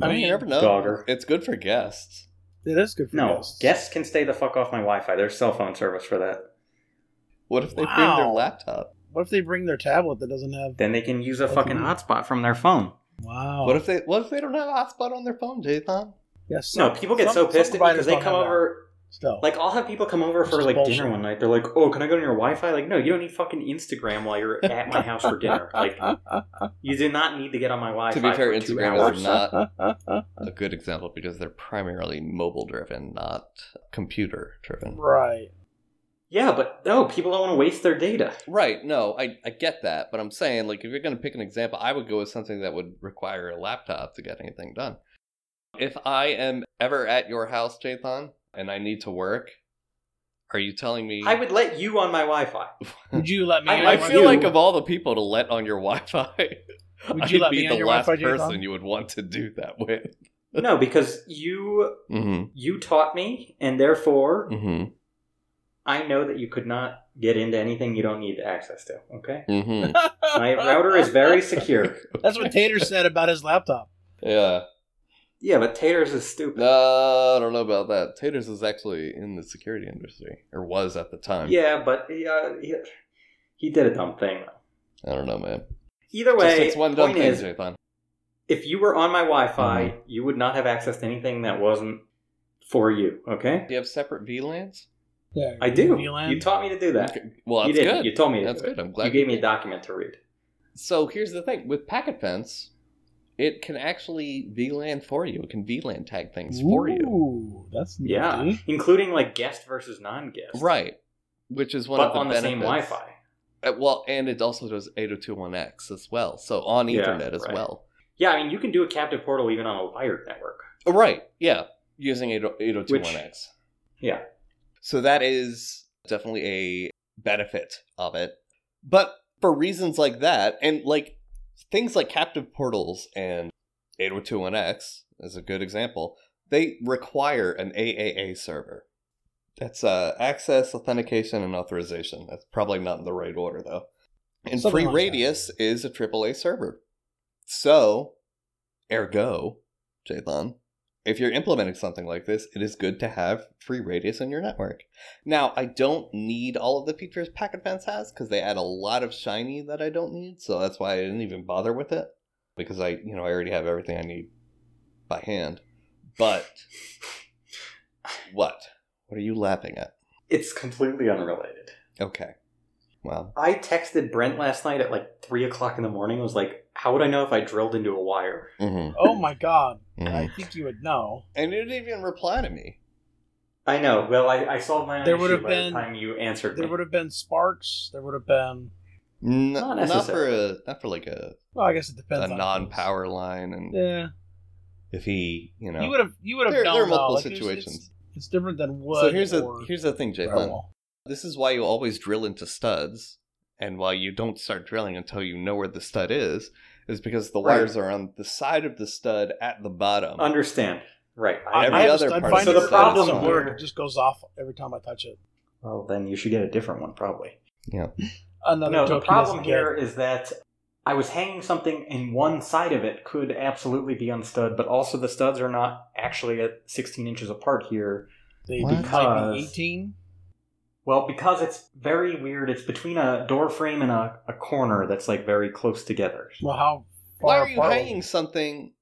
[SPEAKER 3] I
[SPEAKER 1] Well,
[SPEAKER 3] mean,
[SPEAKER 1] you never know.
[SPEAKER 2] dogger.
[SPEAKER 1] It's good for guests.
[SPEAKER 3] It is good for
[SPEAKER 2] No,
[SPEAKER 3] guests.
[SPEAKER 2] guests can stay the fuck off my Wi Fi. There's cell phone service for that.
[SPEAKER 1] What if they bring their
[SPEAKER 3] Wow.
[SPEAKER 1] laptop?
[SPEAKER 3] What if they bring their tablet that doesn't have?
[SPEAKER 2] Then they can use a
[SPEAKER 3] That's
[SPEAKER 2] fucking
[SPEAKER 3] weird.
[SPEAKER 2] hotspot from their phone.
[SPEAKER 3] Wow.
[SPEAKER 1] What if they what if they don't have a hotspot on their phone, Jathan?
[SPEAKER 3] Yes.
[SPEAKER 2] No, people get so pissed at me because they come over.
[SPEAKER 3] Still,
[SPEAKER 2] Like, I'll have people come over for
[SPEAKER 3] Just
[SPEAKER 2] like
[SPEAKER 3] bullshit.
[SPEAKER 2] dinner one night. They're like, "Oh, can I go to your Wi-Fi?" Like, no, you don't need fucking Instagram while you're at my house for dinner. Like, you do not need to get on my Wi-Fi.
[SPEAKER 1] To be fair,
[SPEAKER 2] for two
[SPEAKER 1] Instagram
[SPEAKER 2] hours.
[SPEAKER 1] is not a good example because they're primarily mobile driven, not computer driven.
[SPEAKER 3] right.
[SPEAKER 2] Yeah, but no, people don't want to waste their data.
[SPEAKER 1] Right, no, I, I get that, but I'm saying like if you're gonna pick an example, I would go with something that would require a laptop to get anything done. If I am ever at your house, Jathan, and I need to work, are you telling me
[SPEAKER 2] I would let you on my Wi-Fi.
[SPEAKER 3] Would you let me?
[SPEAKER 2] I-
[SPEAKER 3] in
[SPEAKER 1] I,
[SPEAKER 3] on
[SPEAKER 2] want
[SPEAKER 1] feel
[SPEAKER 3] you?
[SPEAKER 1] like of all the people to let on your Wi-Fi,
[SPEAKER 3] Would
[SPEAKER 1] I'd
[SPEAKER 3] you let
[SPEAKER 1] be
[SPEAKER 3] me
[SPEAKER 1] the
[SPEAKER 3] on your
[SPEAKER 1] last
[SPEAKER 3] Wi-Fi, Jathan?
[SPEAKER 1] person you would want to do that with.
[SPEAKER 2] No, because you
[SPEAKER 1] Mm-hmm.
[SPEAKER 2] you taught me, and therefore
[SPEAKER 1] Mm-hmm.
[SPEAKER 2] I know that you could not get into anything you don't need access to. Okay,
[SPEAKER 1] Mm-hmm.
[SPEAKER 2] my router is very secure.
[SPEAKER 3] That's what Tater said about his laptop.
[SPEAKER 1] Yeah.
[SPEAKER 2] Yeah, but Taters is stupid.
[SPEAKER 1] No, I don't know about that. Taters is actually in the security industry, or was at the time.
[SPEAKER 2] Yeah, but he, uh, he, he did a dumb thing.
[SPEAKER 1] I don't know, man.
[SPEAKER 2] Either
[SPEAKER 1] Just,
[SPEAKER 2] way,
[SPEAKER 1] it's one dumb
[SPEAKER 2] point
[SPEAKER 1] thing,
[SPEAKER 2] is,
[SPEAKER 1] Jathan.
[SPEAKER 2] if you were on my Wi-Fi,
[SPEAKER 1] Mm-hmm.
[SPEAKER 2] you would not have access to anything that wasn't for you. Okay,
[SPEAKER 1] Do you have separate VLANs?
[SPEAKER 3] Yeah,
[SPEAKER 2] I do.
[SPEAKER 3] VLAN.
[SPEAKER 2] You taught me to do that.
[SPEAKER 1] Okay. Well,
[SPEAKER 2] you
[SPEAKER 1] that's
[SPEAKER 2] didn't.
[SPEAKER 1] good.
[SPEAKER 2] You told me to
[SPEAKER 1] That's
[SPEAKER 2] do it.
[SPEAKER 1] good. I'm glad
[SPEAKER 2] you gave me a document to read.
[SPEAKER 1] So here's the thing with Packet Fence, it can actually VLAN for you. It can VLAN tag things for you.
[SPEAKER 3] Ooh, that's
[SPEAKER 2] Yeah,
[SPEAKER 3] nifty.
[SPEAKER 2] including like guest versus non-guest.
[SPEAKER 1] Right. Which is one
[SPEAKER 2] but
[SPEAKER 1] of the
[SPEAKER 2] on the
[SPEAKER 1] benefits.
[SPEAKER 2] same Wi-Fi.
[SPEAKER 1] Uh, Well, and it also does 8021X as well. So on
[SPEAKER 2] Yeah,
[SPEAKER 1] Ethernet as
[SPEAKER 2] right.
[SPEAKER 1] well.
[SPEAKER 2] Yeah, I mean you can do a captive portal even on a wired network.
[SPEAKER 1] Oh, Right. Yeah. Using oh, 80- 8021X.
[SPEAKER 2] Yeah.
[SPEAKER 1] So that is definitely a benefit of it. But for reasons like that, and like things like captive portals and 8021X is a good example, they require an AAA server. That's uh, access, authentication, and authorization. That's probably not in the right order, though. And Free
[SPEAKER 3] Something like that.
[SPEAKER 1] Radius is a AAA server. So, ergo, Jathan, if you're implementing something like this, it is good to have free radius in your network. Now, I don't need all of the features Packet Fence has because they add a lot of shiny that I don't need, so that's why I didn't even bother with it because I, you know, I already have everything I need by hand. But what? What are you laughing at?
[SPEAKER 2] It's completely unrelated.
[SPEAKER 1] Okay. Well,
[SPEAKER 2] I texted Brent last night at like three o'clock in the morning. I was like, "How would I know if I drilled into a wire?"
[SPEAKER 1] mhm,
[SPEAKER 3] Oh my god. I
[SPEAKER 1] mhm.
[SPEAKER 3] think you would know.
[SPEAKER 1] and you didn't even reply to me.
[SPEAKER 2] I know. Well, I, I solved my own
[SPEAKER 3] There
[SPEAKER 2] issue
[SPEAKER 3] would've
[SPEAKER 2] by
[SPEAKER 3] been-
[SPEAKER 2] the time you answered.
[SPEAKER 3] There
[SPEAKER 2] me.
[SPEAKER 3] would have been sparks. There would have been.
[SPEAKER 1] N-
[SPEAKER 2] Not
[SPEAKER 1] not, for a, not for like a,
[SPEAKER 3] Well, I guess it depends.
[SPEAKER 1] a
[SPEAKER 3] on
[SPEAKER 1] non-power line, and
[SPEAKER 3] Yeah.
[SPEAKER 1] if he, you know,
[SPEAKER 3] You would have. You would have.
[SPEAKER 1] there,
[SPEAKER 3] known,
[SPEAKER 1] there are
[SPEAKER 3] though.
[SPEAKER 1] multiple
[SPEAKER 3] Like, it's-
[SPEAKER 1] situations.
[SPEAKER 3] It's, it's different than wood.
[SPEAKER 1] So here's
[SPEAKER 3] or
[SPEAKER 1] the here's the thing, Jay Lynn.
[SPEAKER 3] drywall.
[SPEAKER 1] This is why you always drill into studs, and why you don't start drilling until you know where the stud is, is because the
[SPEAKER 2] Right.
[SPEAKER 1] wires are on the side of the stud at the bottom.
[SPEAKER 2] Understand? Right.
[SPEAKER 3] I-
[SPEAKER 2] I,
[SPEAKER 1] Every
[SPEAKER 3] I have a
[SPEAKER 1] other
[SPEAKER 3] stud
[SPEAKER 1] part
[SPEAKER 2] of
[SPEAKER 3] finder
[SPEAKER 2] the
[SPEAKER 3] for
[SPEAKER 2] problem
[SPEAKER 3] doesn't
[SPEAKER 2] somewhere.
[SPEAKER 3] work. It just goes off every time I touch it.
[SPEAKER 2] well, then you should get a different one, probably.
[SPEAKER 3] Another
[SPEAKER 2] no, the
[SPEAKER 3] joke he
[SPEAKER 2] problem
[SPEAKER 3] doesn't
[SPEAKER 2] here is that I was hanging something, and one side of it could absolutely be unstud, but also the studs are not actually at 16 inches apart here.
[SPEAKER 3] get. They
[SPEAKER 1] What?
[SPEAKER 3] do like
[SPEAKER 2] Because-
[SPEAKER 3] eighteen.
[SPEAKER 2] Well, because it's very weird, it's between a door frame and a, a corner that's like very close together.
[SPEAKER 3] Well, how?
[SPEAKER 1] Why
[SPEAKER 3] far
[SPEAKER 1] are you
[SPEAKER 3] apart-
[SPEAKER 1] hanging something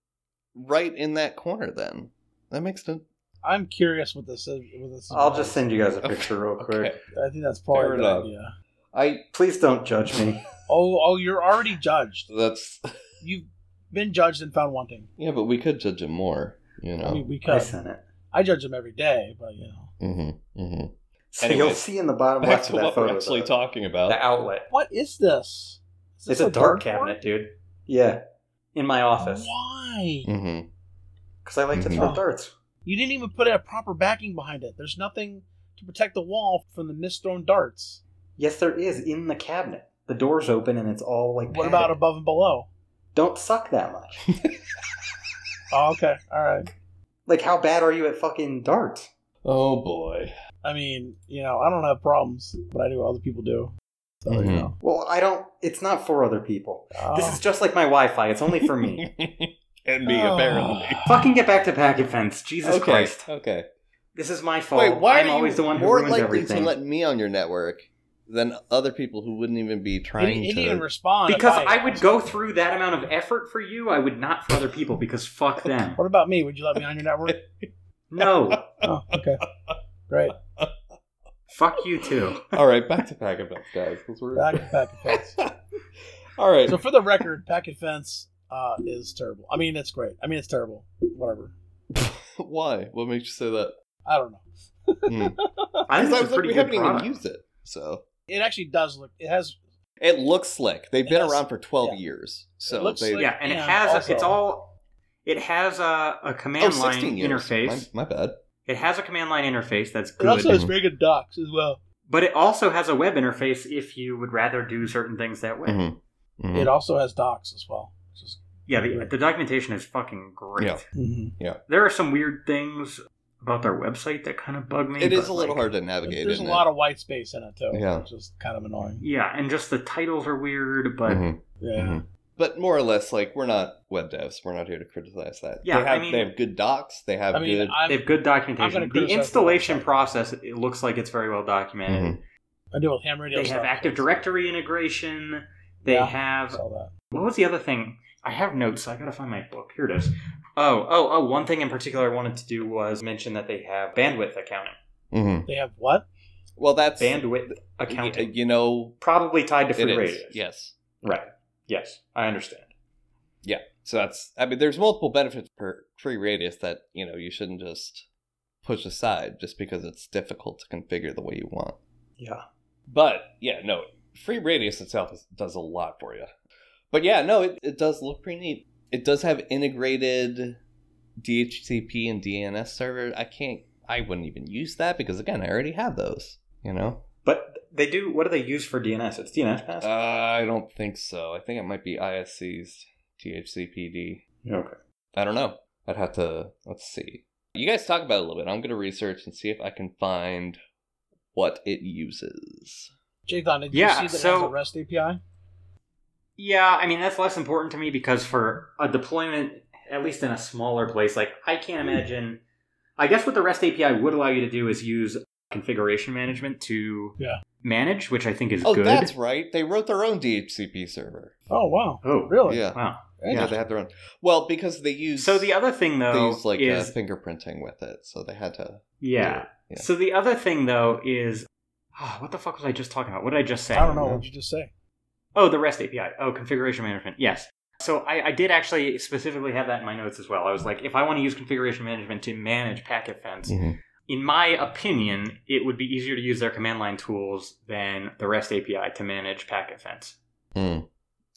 [SPEAKER 1] right in that corner then? That makes no
[SPEAKER 3] I'm curious what this is. What this is
[SPEAKER 2] I'll
[SPEAKER 3] about.
[SPEAKER 2] just send you guys a picture real quick.
[SPEAKER 1] Okay.
[SPEAKER 3] I think that's probably
[SPEAKER 1] Fair
[SPEAKER 3] a good
[SPEAKER 1] enough.
[SPEAKER 3] idea.
[SPEAKER 1] I
[SPEAKER 2] Please don't judge me.
[SPEAKER 3] Oh, oh, you're already judged.
[SPEAKER 1] that's
[SPEAKER 3] You've been judged and found wanting.
[SPEAKER 1] yeah, but we could judge him more, you know.
[SPEAKER 3] I mean, we
[SPEAKER 2] I
[SPEAKER 3] could.
[SPEAKER 2] sent it.
[SPEAKER 3] I judge him every day, but you know.
[SPEAKER 1] mm-hmm, mm-hmm.
[SPEAKER 2] So
[SPEAKER 1] Anyway,
[SPEAKER 2] you'll see in the bottom
[SPEAKER 1] Back
[SPEAKER 2] left
[SPEAKER 1] to
[SPEAKER 2] of that
[SPEAKER 1] what
[SPEAKER 2] photo.
[SPEAKER 1] we're actually
[SPEAKER 2] the-
[SPEAKER 1] talking about.
[SPEAKER 2] the outlet.
[SPEAKER 3] What is this? Is
[SPEAKER 2] It's
[SPEAKER 3] this
[SPEAKER 2] a dart
[SPEAKER 3] dart board?
[SPEAKER 2] cabinet, dude. Yeah, in my office
[SPEAKER 3] Why?
[SPEAKER 1] Mm-hmm.
[SPEAKER 2] because I like to throw
[SPEAKER 3] Mhm.
[SPEAKER 2] darts.
[SPEAKER 3] You didn't even put a proper backing behind it. There's nothing to protect the wall from the misthrown darts.
[SPEAKER 2] Yes, there is in the cabinet. The door's open and it's all like.
[SPEAKER 3] What
[SPEAKER 2] padded.
[SPEAKER 3] about above and below?
[SPEAKER 2] Don't suck that much.
[SPEAKER 3] Oh, okay. All right.
[SPEAKER 2] like, how bad are you at fucking darts?
[SPEAKER 1] Oh boy.
[SPEAKER 3] I mean, you know, I don't have problems, but I do. Other people do. So, you
[SPEAKER 1] Mhm.
[SPEAKER 3] know.
[SPEAKER 2] Well, I don't. It's not for other people. This
[SPEAKER 3] Oh.
[SPEAKER 2] is just like my Wi-Fi. It's only for me.
[SPEAKER 1] and me
[SPEAKER 3] Oh.
[SPEAKER 1] apparently.
[SPEAKER 2] fucking get back to packet fence, Jesus
[SPEAKER 1] okay.
[SPEAKER 2] Christ!
[SPEAKER 1] Okay.
[SPEAKER 2] This is my fault.
[SPEAKER 1] Wait, why
[SPEAKER 2] I'm
[SPEAKER 1] are
[SPEAKER 2] always
[SPEAKER 1] you
[SPEAKER 2] the one who
[SPEAKER 1] more
[SPEAKER 2] ruins
[SPEAKER 1] likely
[SPEAKER 2] everything.
[SPEAKER 1] to let me on your network than other people who wouldn't even be
[SPEAKER 3] He
[SPEAKER 1] trying
[SPEAKER 3] didn't, he
[SPEAKER 1] to?
[SPEAKER 3] didn't even respond. if
[SPEAKER 2] because I would go through that amount of effort for you, I would not for other people. Because fuck them.
[SPEAKER 3] What about me? Would you let me on your network?
[SPEAKER 2] No,
[SPEAKER 3] Oh, okay. Great.
[SPEAKER 2] fuck you too.
[SPEAKER 1] All right, back to pack events, guys. 'cause we're-
[SPEAKER 3] Back, back and fence.
[SPEAKER 1] All right.
[SPEAKER 3] So for the record, packet fence uh, is terrible. I mean, it's great. I mean, it's terrible. Whatever.
[SPEAKER 1] Why? What makes you say that?
[SPEAKER 3] I don't know.
[SPEAKER 1] Hmm.
[SPEAKER 2] I think
[SPEAKER 1] Because I was
[SPEAKER 2] it's a
[SPEAKER 1] like,
[SPEAKER 2] pretty
[SPEAKER 1] we
[SPEAKER 2] good
[SPEAKER 1] haven't
[SPEAKER 2] product.
[SPEAKER 1] even used it. So
[SPEAKER 3] It actually does look. It has.
[SPEAKER 1] it looks slick. They've been
[SPEAKER 3] Yes.
[SPEAKER 1] around for twelve
[SPEAKER 3] Yeah.
[SPEAKER 1] years. So
[SPEAKER 3] looks
[SPEAKER 1] they,
[SPEAKER 3] slick.
[SPEAKER 2] yeah, and it
[SPEAKER 3] And
[SPEAKER 2] has
[SPEAKER 3] also-
[SPEAKER 2] it's all it has a, a
[SPEAKER 1] oh,
[SPEAKER 2] command line
[SPEAKER 1] 16 years.
[SPEAKER 2] interface.
[SPEAKER 1] My, my bad.
[SPEAKER 2] It has a command line interface that's
[SPEAKER 3] It also
[SPEAKER 2] good,
[SPEAKER 3] has very good docs as well.
[SPEAKER 2] but it also has a web interface if you would rather do certain things that way.
[SPEAKER 1] Mm-hmm.
[SPEAKER 3] It also has docs as well. which is-
[SPEAKER 2] Yeah, the, the documentation is fucking great.
[SPEAKER 1] Yeah.
[SPEAKER 3] mm-hmm.
[SPEAKER 2] There are some weird things about their website that kind of bug me.
[SPEAKER 1] It is
[SPEAKER 2] but,
[SPEAKER 1] a little
[SPEAKER 2] like,
[SPEAKER 1] hard to navigate.
[SPEAKER 3] There's a
[SPEAKER 1] isn't
[SPEAKER 3] lot
[SPEAKER 1] it?
[SPEAKER 3] of white space in it too.
[SPEAKER 1] Yeah.
[SPEAKER 3] which is kind of annoying.
[SPEAKER 2] Yeah, and just the titles are weird, but
[SPEAKER 1] Mhm.
[SPEAKER 3] Yeah.
[SPEAKER 1] Mhm. But more or less, like we're not web devs. We're not here to criticize that.
[SPEAKER 2] Yeah,
[SPEAKER 1] they have,
[SPEAKER 2] I mean-
[SPEAKER 1] they have good docs. They have
[SPEAKER 3] I mean,
[SPEAKER 1] good.
[SPEAKER 2] they
[SPEAKER 3] I
[SPEAKER 2] have good
[SPEAKER 3] I'm gonna
[SPEAKER 2] documentation. The
[SPEAKER 3] criticize the
[SPEAKER 2] installation
[SPEAKER 3] website.
[SPEAKER 2] process it looks like it's very well
[SPEAKER 1] Mm-hmm.
[SPEAKER 2] documented.
[SPEAKER 3] I deal with ham radio.
[SPEAKER 2] They have
[SPEAKER 3] stuff.
[SPEAKER 2] Active Directory integration. They
[SPEAKER 3] Yeah.
[SPEAKER 2] have
[SPEAKER 3] Saw that.
[SPEAKER 2] What was the other thing? I have notes. I gotta find my book. Here it is. Oh, oh, oh! One thing in particular I wanted to do was mention that they have bandwidth accounting.
[SPEAKER 1] Mhm.
[SPEAKER 3] They have what?
[SPEAKER 1] Well, that's
[SPEAKER 2] Bandwidth
[SPEAKER 1] y-
[SPEAKER 2] accounting,
[SPEAKER 1] You know,
[SPEAKER 2] probably tied to
[SPEAKER 1] it
[SPEAKER 2] free
[SPEAKER 1] is.
[SPEAKER 2] radio.
[SPEAKER 1] Yes.
[SPEAKER 2] Right. Yes, I understand.
[SPEAKER 1] So that's. I mean, there's multiple benefits for free radius that you know you shouldn't just push aside just because it's difficult to configure the way you want.
[SPEAKER 2] Yeah.
[SPEAKER 1] But yeah, no, free radius itself is, does a lot for you. But yeah, no, it, it does look pretty neat. It does have integrated DHCP and DNS server. I can't, I wouldn't even use that because again, I already have those. You know,
[SPEAKER 2] But they do. What do they use for DNS? It's DNS
[SPEAKER 1] uh,
[SPEAKER 2] pass.
[SPEAKER 1] I don't think so. I think it might be ISC's DHCPD.
[SPEAKER 2] okay.
[SPEAKER 1] I don't know. I'd have to. Let's see. You guys talk about it a little bit. I'm gonna research and see if I can find what it uses.
[SPEAKER 3] Jathan, did
[SPEAKER 2] Yeah,
[SPEAKER 3] you see that it has
[SPEAKER 2] so-
[SPEAKER 3] a REST API?
[SPEAKER 2] Yeah, I mean that's less important to me because for a deployment at least in a smaller place, like I can't imagine. I guess what the REST API would allow you to do is use configuration management to
[SPEAKER 3] Yeah.
[SPEAKER 2] manage, which I think is
[SPEAKER 1] Oh,
[SPEAKER 2] good.
[SPEAKER 1] that's right. They wrote their own DHCP server.
[SPEAKER 3] Oh wow.
[SPEAKER 2] oh,
[SPEAKER 3] Really?
[SPEAKER 1] Yeah.
[SPEAKER 2] Wow.
[SPEAKER 1] yeah,
[SPEAKER 2] Yeah.
[SPEAKER 1] they had their own. Well, because they use
[SPEAKER 2] So the other thing
[SPEAKER 1] they
[SPEAKER 2] though
[SPEAKER 1] used like
[SPEAKER 2] is
[SPEAKER 1] uh, fingerprinting with it, so they had to.
[SPEAKER 2] yeah.
[SPEAKER 1] Yeah.
[SPEAKER 2] So the other thing though is oh, what the fuck was I just talking about? What did I just say?
[SPEAKER 3] I don't know what you just say.
[SPEAKER 2] Oh, the REST API. Oh, configuration management. Yes. So I, I did actually specifically have that in my notes as well. I was like, if I want to use configuration management to manage packet fence, in my opinion, it would be easier to use their command line tools than the REST API to manage packet fence.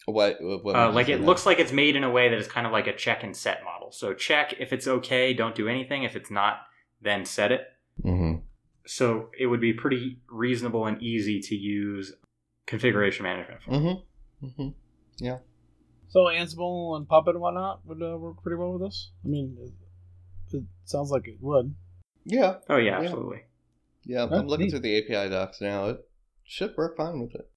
[SPEAKER 1] What? what
[SPEAKER 2] Uh,
[SPEAKER 1] would
[SPEAKER 2] like
[SPEAKER 1] you
[SPEAKER 2] it
[SPEAKER 1] say now?
[SPEAKER 2] looks like it's made in a way that is kind of like a check and set model. So check if it's okay, don't do anything. If it's not, then set it.
[SPEAKER 1] Mhm.
[SPEAKER 2] So it would be pretty reasonable and easy to use configuration management. For.
[SPEAKER 1] Mhm. Mhm.
[SPEAKER 3] So Ansible and Puppet and whatnot would uh, work pretty well with this. I mean, it, it sounds like it would.
[SPEAKER 1] Yeah.
[SPEAKER 2] Oh yeah,
[SPEAKER 1] Yeah.
[SPEAKER 2] absolutely.
[SPEAKER 1] Yeah.
[SPEAKER 3] Huh,
[SPEAKER 1] I'm looking
[SPEAKER 3] neat.
[SPEAKER 1] through the API docs now. It should work fine with it.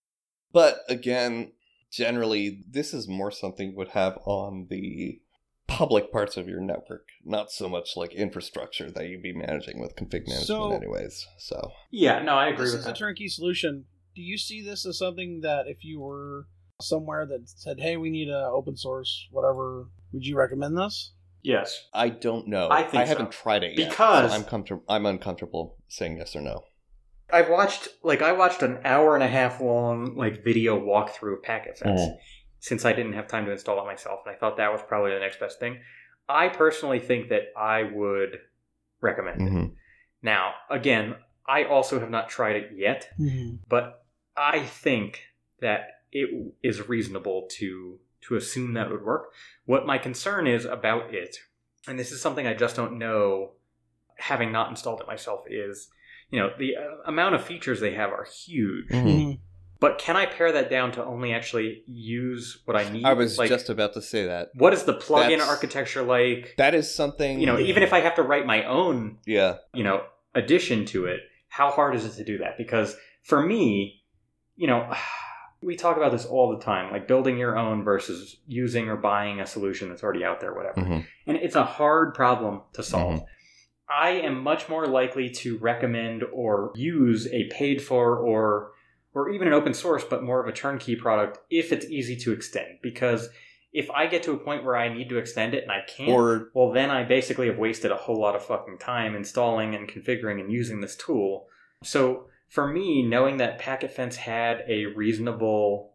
[SPEAKER 1] But again, generally, this is more something you would have on the public parts of your network, not so much like infrastructure that you'd be managing with config management,
[SPEAKER 3] So-
[SPEAKER 1] anyways. So.
[SPEAKER 2] Yeah, no, I agree
[SPEAKER 3] This
[SPEAKER 2] with
[SPEAKER 3] is a
[SPEAKER 2] that.
[SPEAKER 3] turnkey solution. Do you see this as something that if you were somewhere that said, "Hey, we need a open source whatever," would you recommend this?
[SPEAKER 2] yes.
[SPEAKER 1] I don't know.
[SPEAKER 2] I think so.
[SPEAKER 1] haven't tried it yet. so
[SPEAKER 2] Because-
[SPEAKER 1] I'm comfortable. I'm uncomfortable saying yes or no.
[SPEAKER 2] I've watched like I watched an hour and a half long like video walkthrough of Packet Fence
[SPEAKER 1] Mhm.
[SPEAKER 2] since I didn't have time to install it myself, and I thought that was probably the next best thing. I personally think that I would
[SPEAKER 3] Mm-hmm.
[SPEAKER 2] recommend
[SPEAKER 1] Hmm.
[SPEAKER 2] it.
[SPEAKER 1] Mm-hmm.
[SPEAKER 2] Now, again, I also have not tried it yet, but I think that it is reasonable to to assume that would work. What my concern is about it, and this is something I just don't know, having not installed it myself, is you know the uh, amount of features they have are huge.
[SPEAKER 1] Mm. Hmm.
[SPEAKER 3] Mm-hmm.
[SPEAKER 2] But can I pare that down to only actually use what I need?
[SPEAKER 1] I was
[SPEAKER 2] like,
[SPEAKER 1] just about to say that.
[SPEAKER 2] what is the plugin
[SPEAKER 1] That's-
[SPEAKER 2] architecture like?
[SPEAKER 1] That is something
[SPEAKER 2] you know, even if I have to write my own
[SPEAKER 1] yeah,
[SPEAKER 2] you know addition to it how hard is it to do that because for me you know we talk about this all the time like building your own versus using or buying a solution that's already out there whatever
[SPEAKER 1] Mhm.
[SPEAKER 2] and it's a hard problem to solve i am much more likely to recommend or use a paid for or or even an open source but more of a turnkey product if it's easy to extend because if i get to a point where i need to extend it and i can't
[SPEAKER 1] or
[SPEAKER 2] well, then I basically have wasted a whole lot of fucking time installing and configuring and using this tool. So for me, knowing that Packet Fence had a reasonable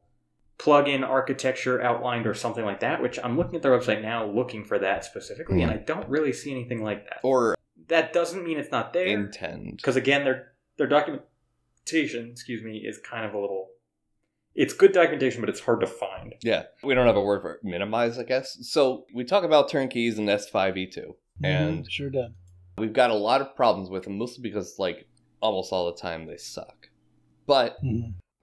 [SPEAKER 2] plugin architecture outlined or something like that, which I'm looking at their website now looking for that specifically, and I don't really see anything like that.
[SPEAKER 1] or
[SPEAKER 2] That doesn't mean it's not there.
[SPEAKER 1] intend.
[SPEAKER 2] Because again, their their documentation, excuse me, is kind of a little it's good documentation, but it's hard to find.
[SPEAKER 1] Yeah, we don't have a word for it. minimize, I guess. So we talk about turnkeys and S5E2, and
[SPEAKER 3] Mm-hmm. sure did.
[SPEAKER 1] E we've got a lot of problems with them, mostly because like almost all the time they suck. But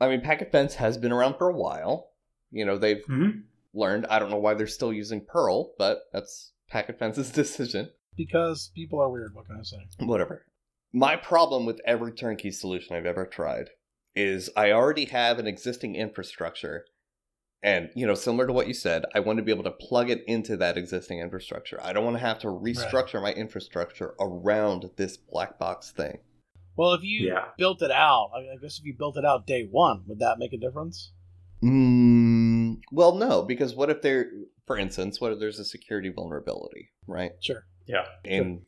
[SPEAKER 1] I mean, Packet Fence has been around for a while. You know, they've
[SPEAKER 2] Mhm.
[SPEAKER 1] learned. I don't know why they're still using Perl, but that's Packet Fence's decision.
[SPEAKER 3] Because people are weird. What can I say?
[SPEAKER 1] Whatever. My problem with every turnkey solution I've ever tried is I already have an existing infrastructure. And, you know, similar to what you said, I want to be able to plug it into that existing infrastructure. I don't want to have to restructure my infrastructure around this black box thing.
[SPEAKER 3] Well, if you
[SPEAKER 2] Yeah.
[SPEAKER 3] built it out, I I guess if you built it out day one, would that make a difference?
[SPEAKER 1] Mm, well, no, because what if there, for instance, what if there's a security vulnerability, right?
[SPEAKER 3] Sure.
[SPEAKER 1] And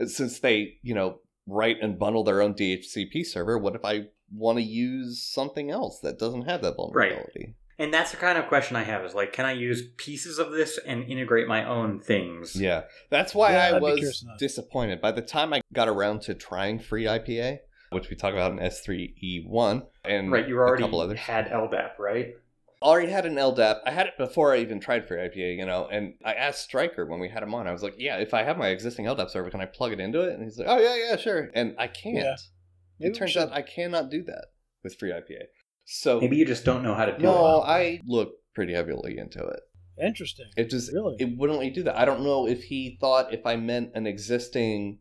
[SPEAKER 1] uh, since they, you know, write and bundle their own DHCP server, what if I want to use something else that doesn't have that vulnerability?
[SPEAKER 2] And that's the kind of question I have is like, can I use pieces of this and integrate my own things?
[SPEAKER 1] Yeah, that's why
[SPEAKER 3] Yeah, I'd
[SPEAKER 1] I
[SPEAKER 3] be curious
[SPEAKER 1] was
[SPEAKER 3] to know.
[SPEAKER 1] disappointed. By the time I got around to trying free IPA, which we talk about in S3E1, and
[SPEAKER 2] Right, you
[SPEAKER 1] a couple
[SPEAKER 2] already
[SPEAKER 1] others,
[SPEAKER 2] had LDAP, right?
[SPEAKER 1] already had an LDAP. I had it before I even tried for IPA, you know, and I asked Stryker when we had him on. I was like, yeah, if I have my existing LDAP server, can I plug it into it? And he's like, oh, yeah, yeah, sure. And I can't.
[SPEAKER 3] Yeah. Maybe
[SPEAKER 1] It
[SPEAKER 3] we
[SPEAKER 1] turns
[SPEAKER 3] should-
[SPEAKER 1] out I cannot do that with free IPA. So,
[SPEAKER 2] Maybe you just don't know how to do
[SPEAKER 1] no,
[SPEAKER 2] it.
[SPEAKER 1] I looked pretty heavily into it.
[SPEAKER 3] Interesting.
[SPEAKER 1] It just,
[SPEAKER 3] Really?
[SPEAKER 1] it wouldn't let you do that. I don't know if he thought if I meant an existing,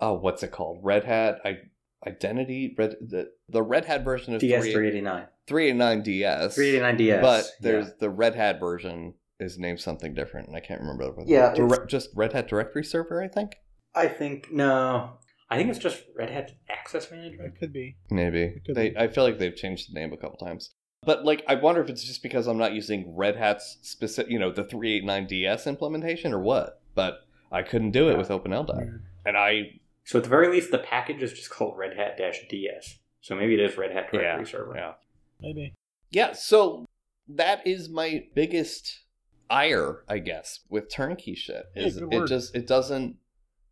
[SPEAKER 1] oh, what's it called? Red Hat I, identity? Red, the, the Red Hat version of
[SPEAKER 2] DS
[SPEAKER 1] 3,
[SPEAKER 2] three eighty nine,
[SPEAKER 1] 389 DS.
[SPEAKER 2] three eighty nine DS.
[SPEAKER 1] But there's the Red Hat version is named something different, and I can't remember. what-
[SPEAKER 2] Yeah, it's-
[SPEAKER 1] Dire- just Red Hat Directory Server, I think.
[SPEAKER 2] I think no. I think it's just Red Hat Access Management.
[SPEAKER 3] It could be.
[SPEAKER 1] Maybe
[SPEAKER 3] It could
[SPEAKER 1] they.
[SPEAKER 3] be.
[SPEAKER 1] I feel like they've changed the name a couple times. But like, I wonder if it's just because I'm not using Red Hat's specific, you know, the 389DS implementation or what. But I couldn't do it with OpenLDAC, and I
[SPEAKER 2] So at the very least, the package is just called Red Hat DS. So maybe it is Red Hat Directory Server.
[SPEAKER 1] yeah.
[SPEAKER 3] Maybe.
[SPEAKER 1] yeah. So that is my biggest ire, I guess, with turnkey shit.
[SPEAKER 3] Yeah,
[SPEAKER 1] Is
[SPEAKER 3] good
[SPEAKER 1] it
[SPEAKER 3] word.
[SPEAKER 1] just it doesn't?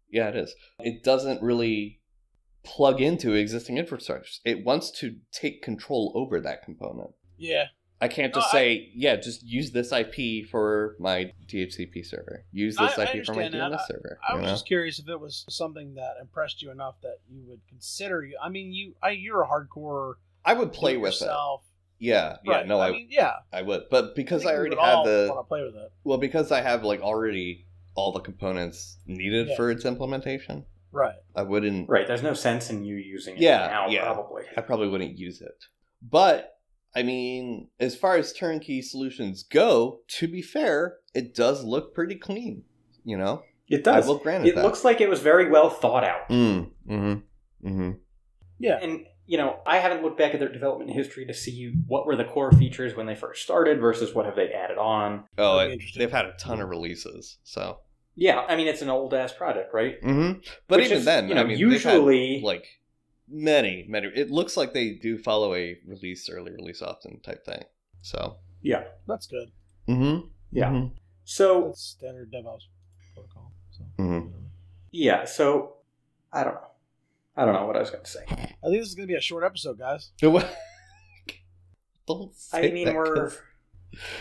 [SPEAKER 1] Yeah, it is. It doesn't really plug into existing infrastructures. It wants to take control over that component.
[SPEAKER 3] Yeah.
[SPEAKER 1] I can't
[SPEAKER 3] No,
[SPEAKER 1] just
[SPEAKER 3] I-
[SPEAKER 1] say, yeah, just use this IP for my DHCP server. Use this
[SPEAKER 3] I- I
[SPEAKER 1] IP for my
[SPEAKER 3] understand that.
[SPEAKER 1] DNS server.
[SPEAKER 3] I
[SPEAKER 1] you
[SPEAKER 3] was
[SPEAKER 1] know?
[SPEAKER 3] just curious if it was something that impressed you enough that you would consider you. I mean, you I, you're a hardcore
[SPEAKER 1] I would play with it.
[SPEAKER 3] yourself.
[SPEAKER 1] Yeah, yeah, no, I,
[SPEAKER 3] I, mean, yeah.
[SPEAKER 1] I would, but because I,
[SPEAKER 3] think we
[SPEAKER 1] already
[SPEAKER 3] would
[SPEAKER 1] had
[SPEAKER 3] all
[SPEAKER 1] the
[SPEAKER 3] want to play with it,
[SPEAKER 1] well, because I have like already all the components needed
[SPEAKER 3] Yeah.
[SPEAKER 1] for its implementation.
[SPEAKER 3] right?
[SPEAKER 1] I wouldn't.
[SPEAKER 2] Right. There's no sense in you using it
[SPEAKER 1] Yeah,
[SPEAKER 2] now,
[SPEAKER 1] yeah.
[SPEAKER 2] probably.
[SPEAKER 1] I probably wouldn't use it. But I mean, as far as turnkey solutions go, to be fair, it does look pretty clean. You know,
[SPEAKER 2] It
[SPEAKER 1] I
[SPEAKER 2] does.
[SPEAKER 1] will grant it.
[SPEAKER 2] It
[SPEAKER 1] that.
[SPEAKER 2] looks like it was very well thought out.
[SPEAKER 1] Mm, mm-hmm. Mm-hmm.
[SPEAKER 3] Yeah.
[SPEAKER 2] And you know, I haven't looked back at their development history to see what were the core features when they first started versus what have they added on.
[SPEAKER 1] Oh,
[SPEAKER 3] That'd
[SPEAKER 1] it,
[SPEAKER 3] be interesting.
[SPEAKER 1] they've had a ton of releases, so.
[SPEAKER 2] Yeah, I mean it's an old ass project, right?
[SPEAKER 1] Mm-hmm. But
[SPEAKER 2] Which
[SPEAKER 1] even
[SPEAKER 2] is,
[SPEAKER 1] then,
[SPEAKER 2] you know,
[SPEAKER 1] I mean, usually
[SPEAKER 2] usually
[SPEAKER 1] like many, many. It looks like they do follow a release early, release often type thing. So.
[SPEAKER 3] That's good.
[SPEAKER 1] Mm-hmm.
[SPEAKER 2] Yeah. so
[SPEAKER 3] That's standard DevOps protocol. So.
[SPEAKER 1] Mhm.
[SPEAKER 2] yeah, so I don't know. I don't know what I was going to say.
[SPEAKER 3] I think this is gonna be a short episode, guys.
[SPEAKER 1] Don't
[SPEAKER 2] I
[SPEAKER 1] say
[SPEAKER 2] mean
[SPEAKER 1] that,
[SPEAKER 2] we're
[SPEAKER 1] 'cause-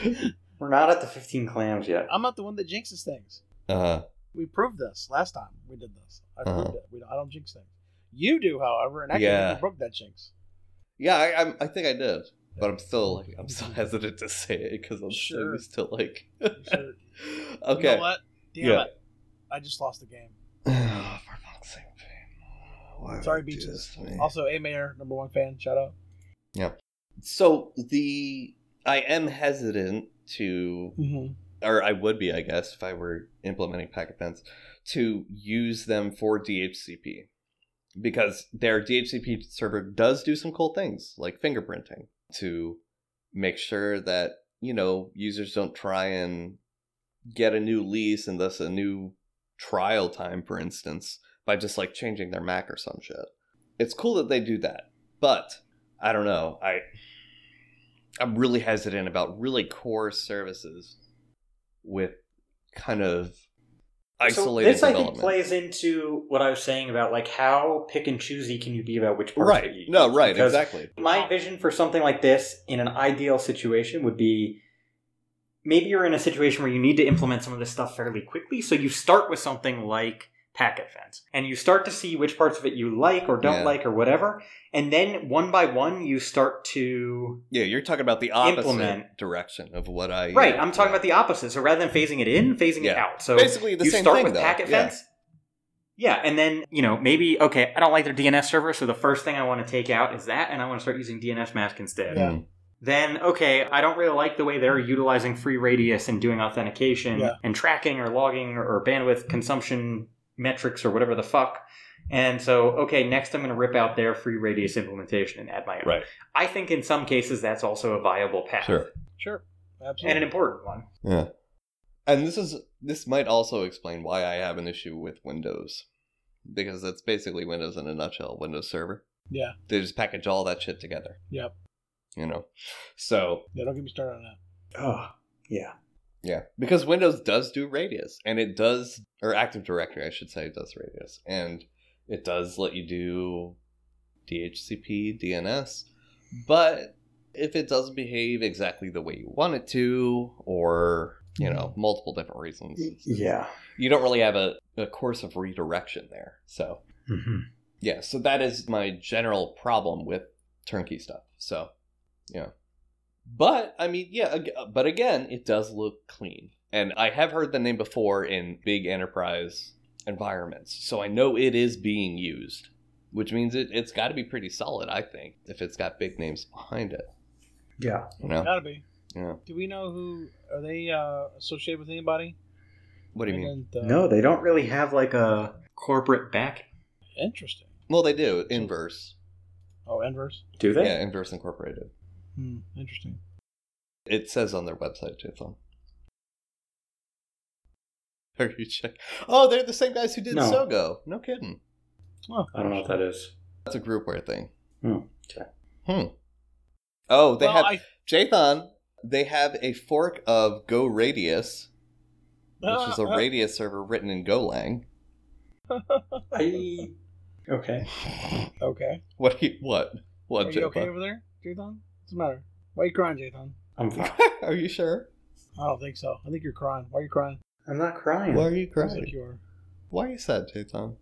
[SPEAKER 2] we're not at the 15 clams yet.
[SPEAKER 3] I'm not the one that jinxes things.
[SPEAKER 1] Uh,
[SPEAKER 3] We proved this last time we did this. I
[SPEAKER 1] Uh-huh.
[SPEAKER 3] proved it. We don't, I don't jinx things. You do, however, and actually
[SPEAKER 1] Yeah.
[SPEAKER 3] you broke that jinx.
[SPEAKER 1] yeah, I, I'm, I think I did, but I'm still like I'm still hesitant to say it because I'm
[SPEAKER 3] Sure.
[SPEAKER 1] so used to like.
[SPEAKER 3] You should- You
[SPEAKER 1] okay.
[SPEAKER 3] know what? Damn
[SPEAKER 1] Yeah.
[SPEAKER 3] it! I just lost the game.
[SPEAKER 1] Oh, for fuck's sake, man. Why would
[SPEAKER 3] Sorry,
[SPEAKER 1] you do
[SPEAKER 3] Beaches.
[SPEAKER 1] this to me?
[SPEAKER 3] Also, A Mayor, number one fan, shout out.
[SPEAKER 1] So the I am hesitant to,
[SPEAKER 3] Mm-hmm.
[SPEAKER 1] or I would be, I guess, if I were implementing packet pens, to use them for DHCP because their DHCP server does do some cool things like fingerprinting to make sure that you know users don't try and get a new lease and thus a new trial time, for instance, by just like changing their Mac or some shit. It's cool that they do that, but I don't know. I I'm really hesitant about really core services with kind of isolated
[SPEAKER 2] so this I
[SPEAKER 1] development.
[SPEAKER 2] think plays into what I was saying about like how pick and choosy can you be about which parts
[SPEAKER 1] right.
[SPEAKER 2] that you
[SPEAKER 1] No,
[SPEAKER 2] use?
[SPEAKER 1] right,
[SPEAKER 2] Because
[SPEAKER 1] exactly.
[SPEAKER 2] My vision for something like this in an ideal situation would be maybe you're in a situation where you need to implement some of this stuff fairly quickly, so you start with something like packet fence and you start to see which parts of it you like or don't
[SPEAKER 1] Yeah.
[SPEAKER 2] like or whatever and then one by one you start to
[SPEAKER 1] Yeah, you're talking about the opposite
[SPEAKER 2] Implement.
[SPEAKER 1] direction of what I uh,
[SPEAKER 2] right i'm talking about the opposite so rather than phasing it in phasing it
[SPEAKER 1] Yeah.
[SPEAKER 2] out so
[SPEAKER 1] basically the
[SPEAKER 2] you
[SPEAKER 1] same
[SPEAKER 2] start
[SPEAKER 1] thing
[SPEAKER 2] with
[SPEAKER 1] though.
[SPEAKER 2] packet
[SPEAKER 1] yeah.
[SPEAKER 2] fence. Yeah, and then you know maybe okay, I don't like their DNS server, so the first thing I want to take out is that, and I want to start using DNS mask instead.
[SPEAKER 3] Yeah.
[SPEAKER 1] Mm.
[SPEAKER 2] Then okay, I don't really like the way they're utilizing free radius and doing authentication
[SPEAKER 3] Yeah.
[SPEAKER 2] and tracking or logging or, or bandwidth consumption metrics or whatever the fuck. And so okay, next I'm going to rip out their free radius implementation and add my own.
[SPEAKER 1] Right.
[SPEAKER 2] I think in some cases that's also a viable path
[SPEAKER 1] Sure.
[SPEAKER 3] Sure, absolutely.
[SPEAKER 2] and an important one.
[SPEAKER 1] Yeah. And this is this might also explain why I have an issue with Windows. Because that's basically Windows in a nutshell, Windows server.
[SPEAKER 3] Yeah.
[SPEAKER 1] They just package all that shit together.
[SPEAKER 3] Yep.
[SPEAKER 1] You know. So
[SPEAKER 3] yeah, don't get me started on that.
[SPEAKER 2] Oh yeah,
[SPEAKER 1] Yeah, because Windows does do Radius, and it does, or Active Directory, I should say, does Radius, and it does let you do DHCP, DNS, but if it doesn't behave exactly the way you want it to, or you know, multiple different reasons,
[SPEAKER 2] yeah.
[SPEAKER 1] you don't really have a, a course of redirection there. So
[SPEAKER 2] hmm
[SPEAKER 1] yeah, so that is my general problem with turnkey stuff. So, yeah. But I mean, yeah, ag- but again, it does look clean. And I have heard the name before in big enterprise environments. So I know it is being used, which means it, it's got to be pretty solid, I think, if it's got big names behind it,
[SPEAKER 2] Yeah.
[SPEAKER 1] you know?
[SPEAKER 3] Gotta be. Do we know who are they uh, associated with anybody?
[SPEAKER 1] What do you
[SPEAKER 3] I
[SPEAKER 1] mean?
[SPEAKER 3] didn't, uh,
[SPEAKER 2] No, they don't really have like a corporate back.
[SPEAKER 3] Interesting.
[SPEAKER 1] Well, they do. Inverse.
[SPEAKER 3] Oh, inverse.
[SPEAKER 2] Do they?
[SPEAKER 1] Yeah, Inverse Incorporated.
[SPEAKER 3] Hmm. Interesting.
[SPEAKER 1] It says on their website, Jason. Are you check? Oh, they're the same guys who did
[SPEAKER 2] No.
[SPEAKER 1] Sogo. No kidding.
[SPEAKER 3] Oh,
[SPEAKER 2] I don't know what that is.
[SPEAKER 1] That's a groupware thing.
[SPEAKER 2] Hmm, okay.
[SPEAKER 1] Hmm. Oh, they
[SPEAKER 3] well,
[SPEAKER 1] have
[SPEAKER 3] I,
[SPEAKER 1] Jathan. They have a fork of Go Radius, which is a
[SPEAKER 3] uh,
[SPEAKER 1] radius server written in Golang.
[SPEAKER 2] I okay.
[SPEAKER 3] uh, Okay.
[SPEAKER 1] What? do you- what? What?
[SPEAKER 3] Are you okay
[SPEAKER 1] Jathan?
[SPEAKER 3] over there, Jathan? What's the matter? Why are you crying, Jathan?
[SPEAKER 2] I'm fine.
[SPEAKER 1] Are you sure?
[SPEAKER 3] I don't think so. I think you're crying. Why are you crying?
[SPEAKER 2] I'm not crying.
[SPEAKER 1] Why are you
[SPEAKER 3] Sounds like
[SPEAKER 1] crying?
[SPEAKER 3] you are.
[SPEAKER 1] Why are you sad, Jathan?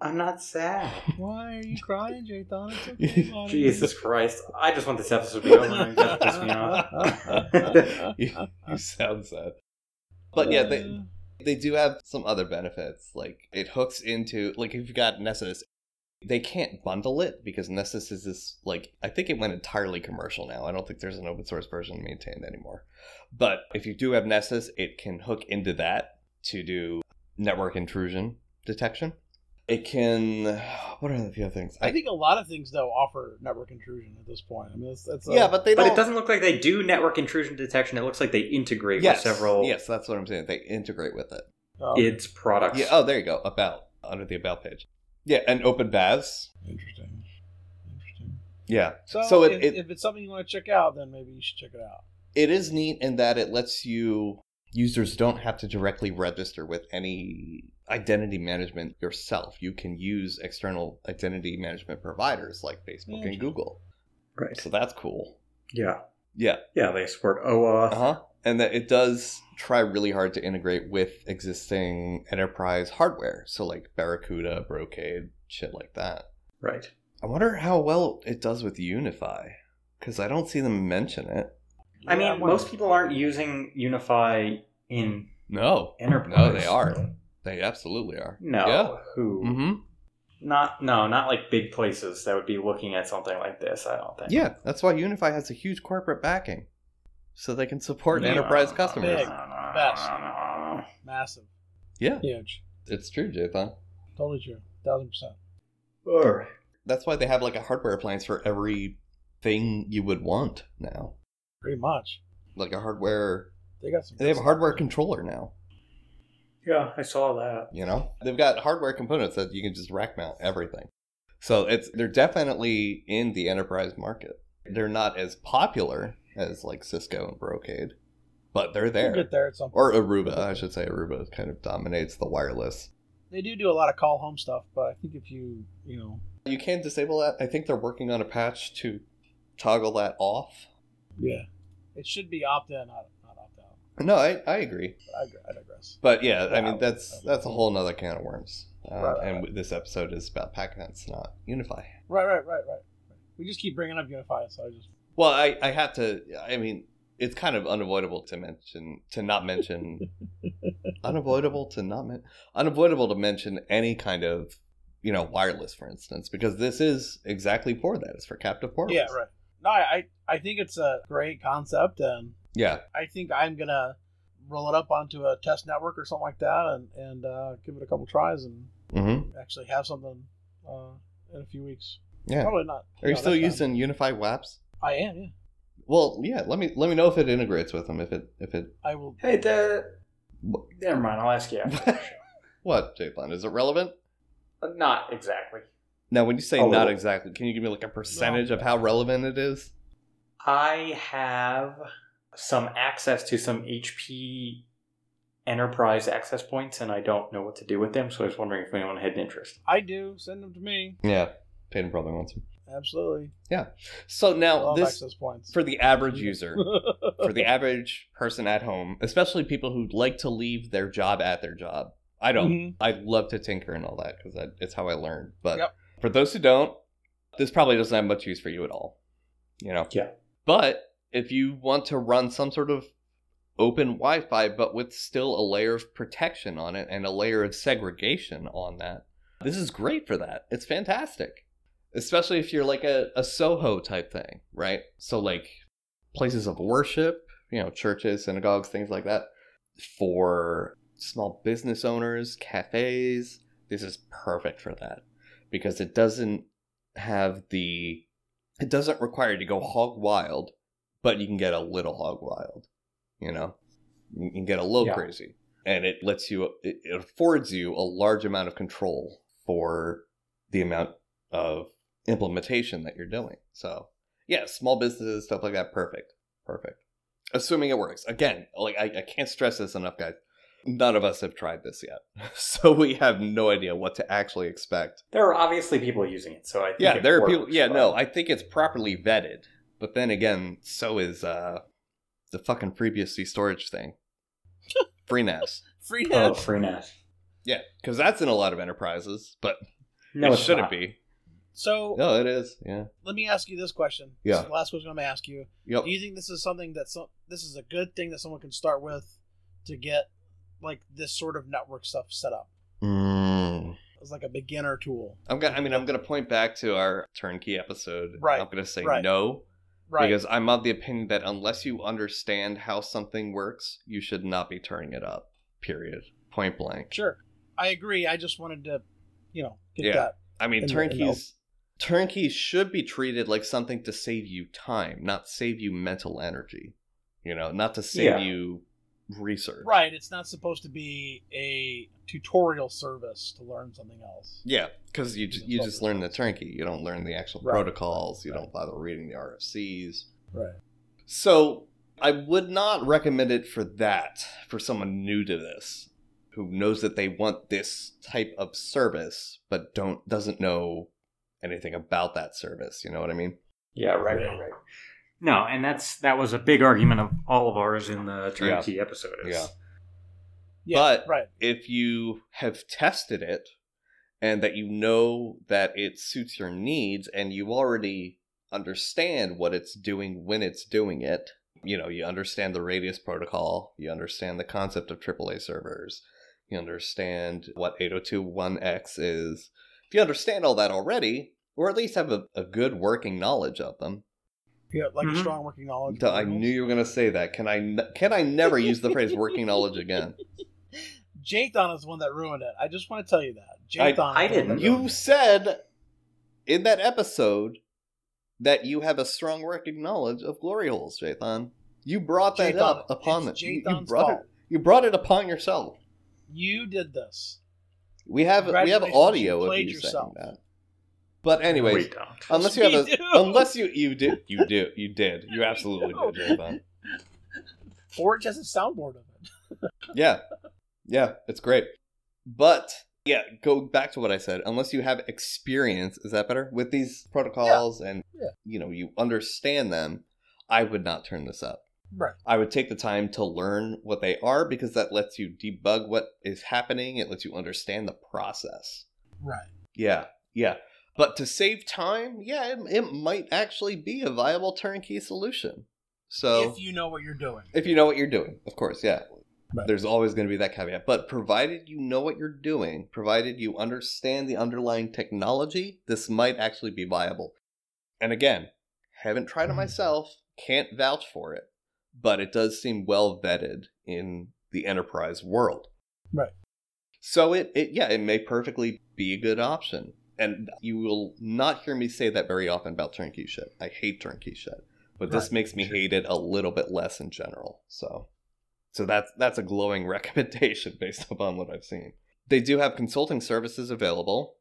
[SPEAKER 2] I'm not sad.
[SPEAKER 3] Why are you crying, Jathan? It's okay, buddy.
[SPEAKER 2] Jesus Christ! I just want this episode to be over. and just piss me off.
[SPEAKER 1] you, you sound sad. But yeah, they
[SPEAKER 3] Uh,
[SPEAKER 1] they do have some other benefits. Like it hooks into like if you got Nessus, they can't bundle it because Nessus is this like I think it went entirely commercial now. I don't think there's an open source version maintained anymore. But if you do have Nessus, it can hook into that to do network intrusion detection. It can what are the few other things?
[SPEAKER 3] I think a lot of things though offer network intrusion at this point. I mean, that's, that's a,
[SPEAKER 1] yeah, but they
[SPEAKER 2] But
[SPEAKER 1] don't.
[SPEAKER 2] it doesn't look like they do network intrusion detection. It looks like they integrate
[SPEAKER 1] yes,
[SPEAKER 2] with several
[SPEAKER 1] Yes, that's what I'm saying. They integrate with it.
[SPEAKER 3] oh,
[SPEAKER 2] IDS products.
[SPEAKER 1] Yeah. Oh, there you go. About under the about page. Yeah, and open baths.
[SPEAKER 3] interesting. Interesting.
[SPEAKER 1] Yeah.
[SPEAKER 3] So,
[SPEAKER 1] So it-
[SPEAKER 3] if,
[SPEAKER 1] it-
[SPEAKER 3] if it's something you want to check out, then maybe you should check it out.
[SPEAKER 1] It is neat in that it lets you users don't have to directly register with any identity management yourself. You can use external identity management providers like Facebook and
[SPEAKER 2] Mm.
[SPEAKER 3] Interesting.
[SPEAKER 1] Google.
[SPEAKER 2] Right.
[SPEAKER 1] So that's cool.
[SPEAKER 2] Yeah.
[SPEAKER 1] Yeah.
[SPEAKER 2] Yeah. They support OAuth.
[SPEAKER 1] Uh huh. And that it does try really hard to integrate with existing enterprise hardware. So like Barracuda, Brocade, shit like that.
[SPEAKER 2] Right.
[SPEAKER 1] I wonder how well it does with Unify, because I don't see them mention it.
[SPEAKER 2] I mean,
[SPEAKER 3] Yeah, wonder-
[SPEAKER 2] most people aren't using Unify in
[SPEAKER 1] No,
[SPEAKER 2] enterprise.
[SPEAKER 1] no, they are. They absolutely are.
[SPEAKER 2] No.
[SPEAKER 1] Yeah.
[SPEAKER 2] Who?
[SPEAKER 1] Mm-hmm.
[SPEAKER 2] Not no, not like big places that would be looking at something like this. I don't think.
[SPEAKER 1] Yeah, that's why Unify has a huge corporate backing, so they can support
[SPEAKER 2] No,
[SPEAKER 1] enterprise
[SPEAKER 2] no,
[SPEAKER 1] customers.
[SPEAKER 3] Big.
[SPEAKER 2] no, no, no,
[SPEAKER 3] Best.
[SPEAKER 2] no, no, no.
[SPEAKER 3] Massive.
[SPEAKER 1] Yeah.
[SPEAKER 3] Huge.
[SPEAKER 1] It's true, Jathan.
[SPEAKER 3] Totally true. Thousand percent.
[SPEAKER 2] All right.
[SPEAKER 1] That's why they have like a hardware appliance for every thing you would want now,
[SPEAKER 3] Pretty much.
[SPEAKER 1] like a hardware.
[SPEAKER 3] They got some.
[SPEAKER 1] They have a hardware controller now.
[SPEAKER 2] Yeah, I saw that.
[SPEAKER 1] You know, they've got hardware components that you can just rack mount everything. So it's they're definitely in the enterprise market. They're not as popular as like Cisco and Brocade, but they're
[SPEAKER 3] We'll
[SPEAKER 1] there.
[SPEAKER 3] get there at some point.
[SPEAKER 1] Or Aruba, I should say Aruba kind of dominates the wireless.
[SPEAKER 3] They do do a lot of call home stuff, but I think if you you know
[SPEAKER 1] You can disable that. I think they're working on a patch to toggle that off.
[SPEAKER 3] yeah, it should be opt in, not not opt out.
[SPEAKER 1] No, I, I agree.
[SPEAKER 3] But I, I digress.
[SPEAKER 1] But yeah, I
[SPEAKER 3] Yeah.
[SPEAKER 1] mean that's that's a whole nother can of worms. Um,
[SPEAKER 3] Right, right,
[SPEAKER 1] and this episode is about Pacnets, not Unify.
[SPEAKER 3] Right, right, right, right. We just keep bringing up Unify, so I just
[SPEAKER 1] Well, I, I had to. I mean, it's kind of unavoidable to mention to not mention unavoidable to not men, unavoidable to mention any kind of you know wireless, for instance, because this is exactly for that. It's for captive portals.
[SPEAKER 3] yeah, right. No, I I I think it's a great concept, and
[SPEAKER 1] Yeah,
[SPEAKER 3] I think I'm gonna roll it up onto a test network or something like that, and and uh, give it a couple tries, and
[SPEAKER 1] mm-hmm.
[SPEAKER 3] actually have something uh, in a few weeks.
[SPEAKER 1] yeah.
[SPEAKER 3] Probably not.
[SPEAKER 1] Are you
[SPEAKER 3] no,
[SPEAKER 1] still
[SPEAKER 3] that's
[SPEAKER 1] using
[SPEAKER 3] fine.
[SPEAKER 1] Unify WAPs?
[SPEAKER 3] I am. Yeah,
[SPEAKER 1] Well, yeah. Let me let me know if it integrates with them. If it if it
[SPEAKER 3] I will.
[SPEAKER 2] Hey, the.
[SPEAKER 1] What?
[SPEAKER 2] Never mind. I'll ask you. after. Uh,
[SPEAKER 1] what Jalen is it relevant?
[SPEAKER 2] Not exactly.
[SPEAKER 1] Now, when you say
[SPEAKER 2] A
[SPEAKER 1] not
[SPEAKER 2] little.
[SPEAKER 1] exactly, can you give me like a percentage of how relevant it is?
[SPEAKER 2] I have some access to some HP enterprise access points, and I don't know what to do with them. So I was wondering if anyone had an interest.
[SPEAKER 3] I do. Send them to me.
[SPEAKER 1] Yeah, Peyton probably wants them.
[SPEAKER 3] Absolutely.
[SPEAKER 1] So now
[SPEAKER 3] Love
[SPEAKER 1] this
[SPEAKER 3] access points.
[SPEAKER 1] for the average user, for the average person at home, especially people who like to leave their job at their job. I don't.
[SPEAKER 3] Mhm.
[SPEAKER 1] I love to tinker and all that because it's how I learned. But
[SPEAKER 3] Yep.
[SPEAKER 1] for those who don't, this probably doesn't have much use for you at all. You know.
[SPEAKER 2] Yeah.
[SPEAKER 1] But if you want to run some sort of open Wi-Fi, but with still a layer of protection on it and a layer of segregation on that, this is great for that. It's fantastic, especially if you're like a, a Soho type thing, right? So like places of worship, you know, churches, synagogues, things like that, for small business owners, cafes. This is perfect for that because it doesn't have the it doesn't require you to go hog wild, but you can get a little hog wild, you know. You can get a little
[SPEAKER 2] Yeah.
[SPEAKER 1] crazy. And it lets you it it affords you a large amount of control for the amount of implementation that you're doing. So, yeah, small businesses, stuff like that, perfect. Perfect. Assuming it works. Again, like I, I can't stress this enough, guys. None of us have tried this yet. So we have no idea what to actually expect.
[SPEAKER 2] There are obviously people using it, so I think
[SPEAKER 1] Yeah,
[SPEAKER 2] it
[SPEAKER 1] there are
[SPEAKER 2] works,
[SPEAKER 1] people yeah,
[SPEAKER 2] but-
[SPEAKER 1] no, I think it's properly vetted. But then again, so is uh the fucking FreeBSD storage thing. FreeNAS.
[SPEAKER 3] Free
[SPEAKER 2] oh,
[SPEAKER 3] hands.
[SPEAKER 2] free net.
[SPEAKER 1] Yeah, because that's in a lot of enterprises, but
[SPEAKER 2] No,
[SPEAKER 1] it
[SPEAKER 2] it's
[SPEAKER 1] shouldn't
[SPEAKER 2] not.
[SPEAKER 1] be.
[SPEAKER 3] So
[SPEAKER 1] No, it is. Yeah.
[SPEAKER 3] let me ask you this question. This
[SPEAKER 1] Yeah.
[SPEAKER 3] is the last question I'm gonna ask you.
[SPEAKER 1] Yep.
[SPEAKER 3] Do you think this is something that some this is a good thing that someone can start with to get like this sort of network stuff set up?
[SPEAKER 1] Mm.
[SPEAKER 3] It's like a beginner tool.
[SPEAKER 1] I'm gonna. I mean, I'm gonna point back to our turnkey episode.
[SPEAKER 3] Right,
[SPEAKER 1] I'm gonna say
[SPEAKER 3] right.
[SPEAKER 1] no
[SPEAKER 3] Right.
[SPEAKER 1] because I'm of the opinion that unless you understand how something works, you should not be turning it up. Period. Point blank.
[SPEAKER 3] sure. I agree. I just wanted to, you know, get
[SPEAKER 1] Yeah.
[SPEAKER 3] that.
[SPEAKER 1] I mean,
[SPEAKER 3] And- and
[SPEAKER 1] turnkeys. Turnkeys should be treated like something to save you time, not save you mental energy. You know, not to save
[SPEAKER 2] Yeah.
[SPEAKER 1] you research.
[SPEAKER 3] Right. It's not supposed to be a tutorial service to learn something else.
[SPEAKER 1] Yeah, because you ju- you just learn the turnkey. You don't learn the actual
[SPEAKER 3] Right.
[SPEAKER 1] protocols. You
[SPEAKER 3] Right.
[SPEAKER 1] don't bother reading the RFCs.
[SPEAKER 3] Right.
[SPEAKER 1] So I would not recommend it for that, for someone new to this, who knows that they want this type of service, but don't doesn't know anything about that service. You know what I mean?
[SPEAKER 2] Yeah, right, right, right. No, and that's that was a big argument of all of ours in the turnkey episode. is-
[SPEAKER 1] Yeah.
[SPEAKER 3] Yeah.
[SPEAKER 1] But-
[SPEAKER 3] right.
[SPEAKER 1] If you have tested it and that you know that it suits your needs and you already understand what it's doing when it's doing it, you know, you understand the radius protocol, you understand the concept of AAA servers, you understand what 8021X is. If you understand all that already, or at least have a, a good working knowledge of them.
[SPEAKER 3] Yeah, like
[SPEAKER 2] Mhm.
[SPEAKER 3] a strong working knowledge. of
[SPEAKER 1] I
[SPEAKER 3] rules.
[SPEAKER 1] knew you were going to say that. Can I n- can I never use the phrase working knowledge again?
[SPEAKER 3] Jathan is the one that ruined it. I just want to tell you that.
[SPEAKER 1] I-
[SPEAKER 3] Jathan.
[SPEAKER 2] I didn't.
[SPEAKER 1] You said in that episode that you have a strong working knowledge of glory holes, Jathan. You brought that up upon
[SPEAKER 3] it's
[SPEAKER 1] the you, you
[SPEAKER 3] Jathan's
[SPEAKER 1] brought
[SPEAKER 3] fault.
[SPEAKER 1] it you brought it upon yourself.
[SPEAKER 3] You did this.
[SPEAKER 1] We have we have
[SPEAKER 3] Congratulations,
[SPEAKER 1] audio
[SPEAKER 3] you
[SPEAKER 1] of
[SPEAKER 3] played
[SPEAKER 1] you
[SPEAKER 3] yourself.
[SPEAKER 1] saying that. But anyways,
[SPEAKER 2] we don't.
[SPEAKER 1] unless you
[SPEAKER 3] We
[SPEAKER 1] have a
[SPEAKER 3] do.
[SPEAKER 1] unless you you did you do you did you absolutely
[SPEAKER 3] do.
[SPEAKER 1] did, Jathan.
[SPEAKER 3] Forge has a soundboard of it.
[SPEAKER 1] Yeah. Yeah, it's great. But yeah, go back to what I said. Unless you have experience, is that better? With these protocols and
[SPEAKER 3] Yeah.
[SPEAKER 1] you know, you understand them, I would not turn this up.
[SPEAKER 3] Right.
[SPEAKER 1] I would take the time to learn what they are because that lets you debug what is happening. It lets you understand the process.
[SPEAKER 3] Right.
[SPEAKER 1] Yeah, yeah. But to save time, yeah, it, it might actually be a viable turnkey solution. So
[SPEAKER 3] if you know what you're doing.
[SPEAKER 1] if you know what you're doing, of course, yeah.
[SPEAKER 3] Right.
[SPEAKER 1] There's always going to be that caveat. But provided you know what you're doing, provided you understand the underlying technology, this might actually be viable. And again, haven't tried it myself, can't vouch for it, but it does seem well vetted in the enterprise world.
[SPEAKER 3] Right.
[SPEAKER 1] So it, it yeah, it may perfectly be a good option. And you will not hear me say that very often about turnkey shit. I hate turnkey shit but this
[SPEAKER 3] Right,
[SPEAKER 1] makes me
[SPEAKER 2] sure.
[SPEAKER 1] hate it a little bit less in general. So, so that's that's a glowing recommendation based upon what I've seen. They do have consulting services available,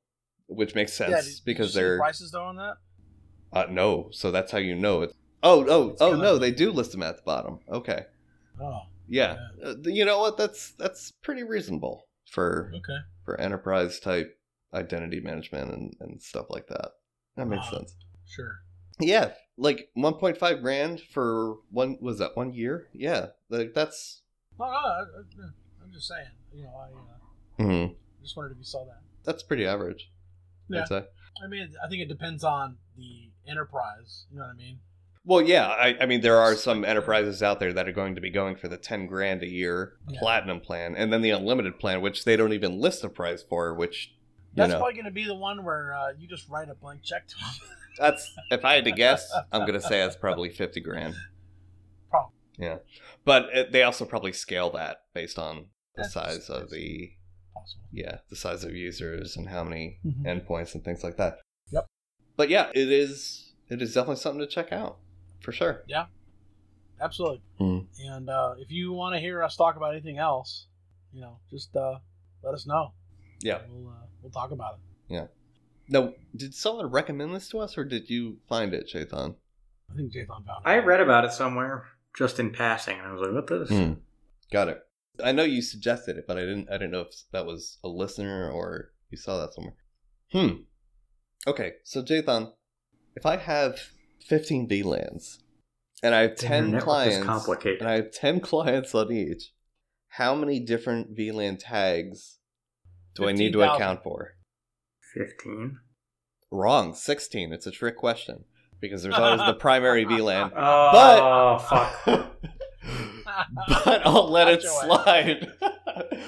[SPEAKER 1] which makes sense
[SPEAKER 3] yeah, did- did you
[SPEAKER 1] because
[SPEAKER 3] see the
[SPEAKER 1] they're
[SPEAKER 3] prices though on that.
[SPEAKER 1] uh, no. So that's how you know it. Oh, oh,
[SPEAKER 3] It's
[SPEAKER 1] oh
[SPEAKER 3] gonna-
[SPEAKER 1] no, they do list them at the bottom. Okay,
[SPEAKER 3] Oh,
[SPEAKER 1] yeah. Uh, you know what? That's that's pretty reasonable for
[SPEAKER 3] okay.
[SPEAKER 1] for enterprise type identity management and and stuff like that. That makes
[SPEAKER 3] Wow.
[SPEAKER 1] sense.
[SPEAKER 3] Sure.
[SPEAKER 1] Yeah, like 1.5 grand for one was that one year? Yeah, like that's
[SPEAKER 3] No, no, I, I, am just saying. You know, I uh,
[SPEAKER 1] mhm,
[SPEAKER 3] just wondered if you saw that.
[SPEAKER 1] that's pretty average.
[SPEAKER 3] Yeah.
[SPEAKER 1] I'd say.
[SPEAKER 3] I mean, I think it depends on the enterprise. You know what I mean?
[SPEAKER 1] Well, yeah, I, I mean there are some enterprises out there that are going to be going for the 10 grand a year
[SPEAKER 3] Yeah.
[SPEAKER 1] platinum plan and then the unlimited plan, which they don't even list a price for. Which you
[SPEAKER 3] That's
[SPEAKER 1] know,
[SPEAKER 3] probably going to be the one where uh, you just write a blank check to them.
[SPEAKER 1] that's if I had to guess, I'm gonna say that's probably 50 grand. But it, they also probably scale that based on the
[SPEAKER 3] That's-
[SPEAKER 1] size of the
[SPEAKER 3] Possible.
[SPEAKER 1] yeah the size of users and how many
[SPEAKER 3] Mhm.
[SPEAKER 1] endpoints and things like that.
[SPEAKER 3] Yep.
[SPEAKER 1] But yeah, it is it is definitely something to check out for sure.
[SPEAKER 3] Absolutely.
[SPEAKER 1] Mm.
[SPEAKER 3] And uh, if you want to hear us talk about anything else, you know, just uh, let us know.
[SPEAKER 1] Yeah.
[SPEAKER 3] We'll, uh, we'll talk about it.
[SPEAKER 1] Now, did someone recommend this to us, or did you find it, Shaitan?
[SPEAKER 3] I think Jathan found it.
[SPEAKER 2] I read about it somewhere just in passing, and I was like, "What this?"
[SPEAKER 1] Hmm. Got it. I know you suggested it, but I didn't. I didn't know if that was a listener or you saw that somewhere. Hmm. Okay, so Jathan, if I have fifteen VLANs and I have
[SPEAKER 2] Then your
[SPEAKER 1] ten
[SPEAKER 2] network is
[SPEAKER 1] clients,
[SPEAKER 2] complicated.
[SPEAKER 1] and I have ten clients on each, how many different VLAN tags do I need to
[SPEAKER 3] 15,000.
[SPEAKER 1] account for?
[SPEAKER 2] Fifteen.
[SPEAKER 1] Wrong, sixteen. It's a trick question because there's always the primary VLAN.
[SPEAKER 2] Oh fuck!
[SPEAKER 1] but I'll let
[SPEAKER 3] Got
[SPEAKER 1] it
[SPEAKER 3] your ass.
[SPEAKER 1] slide.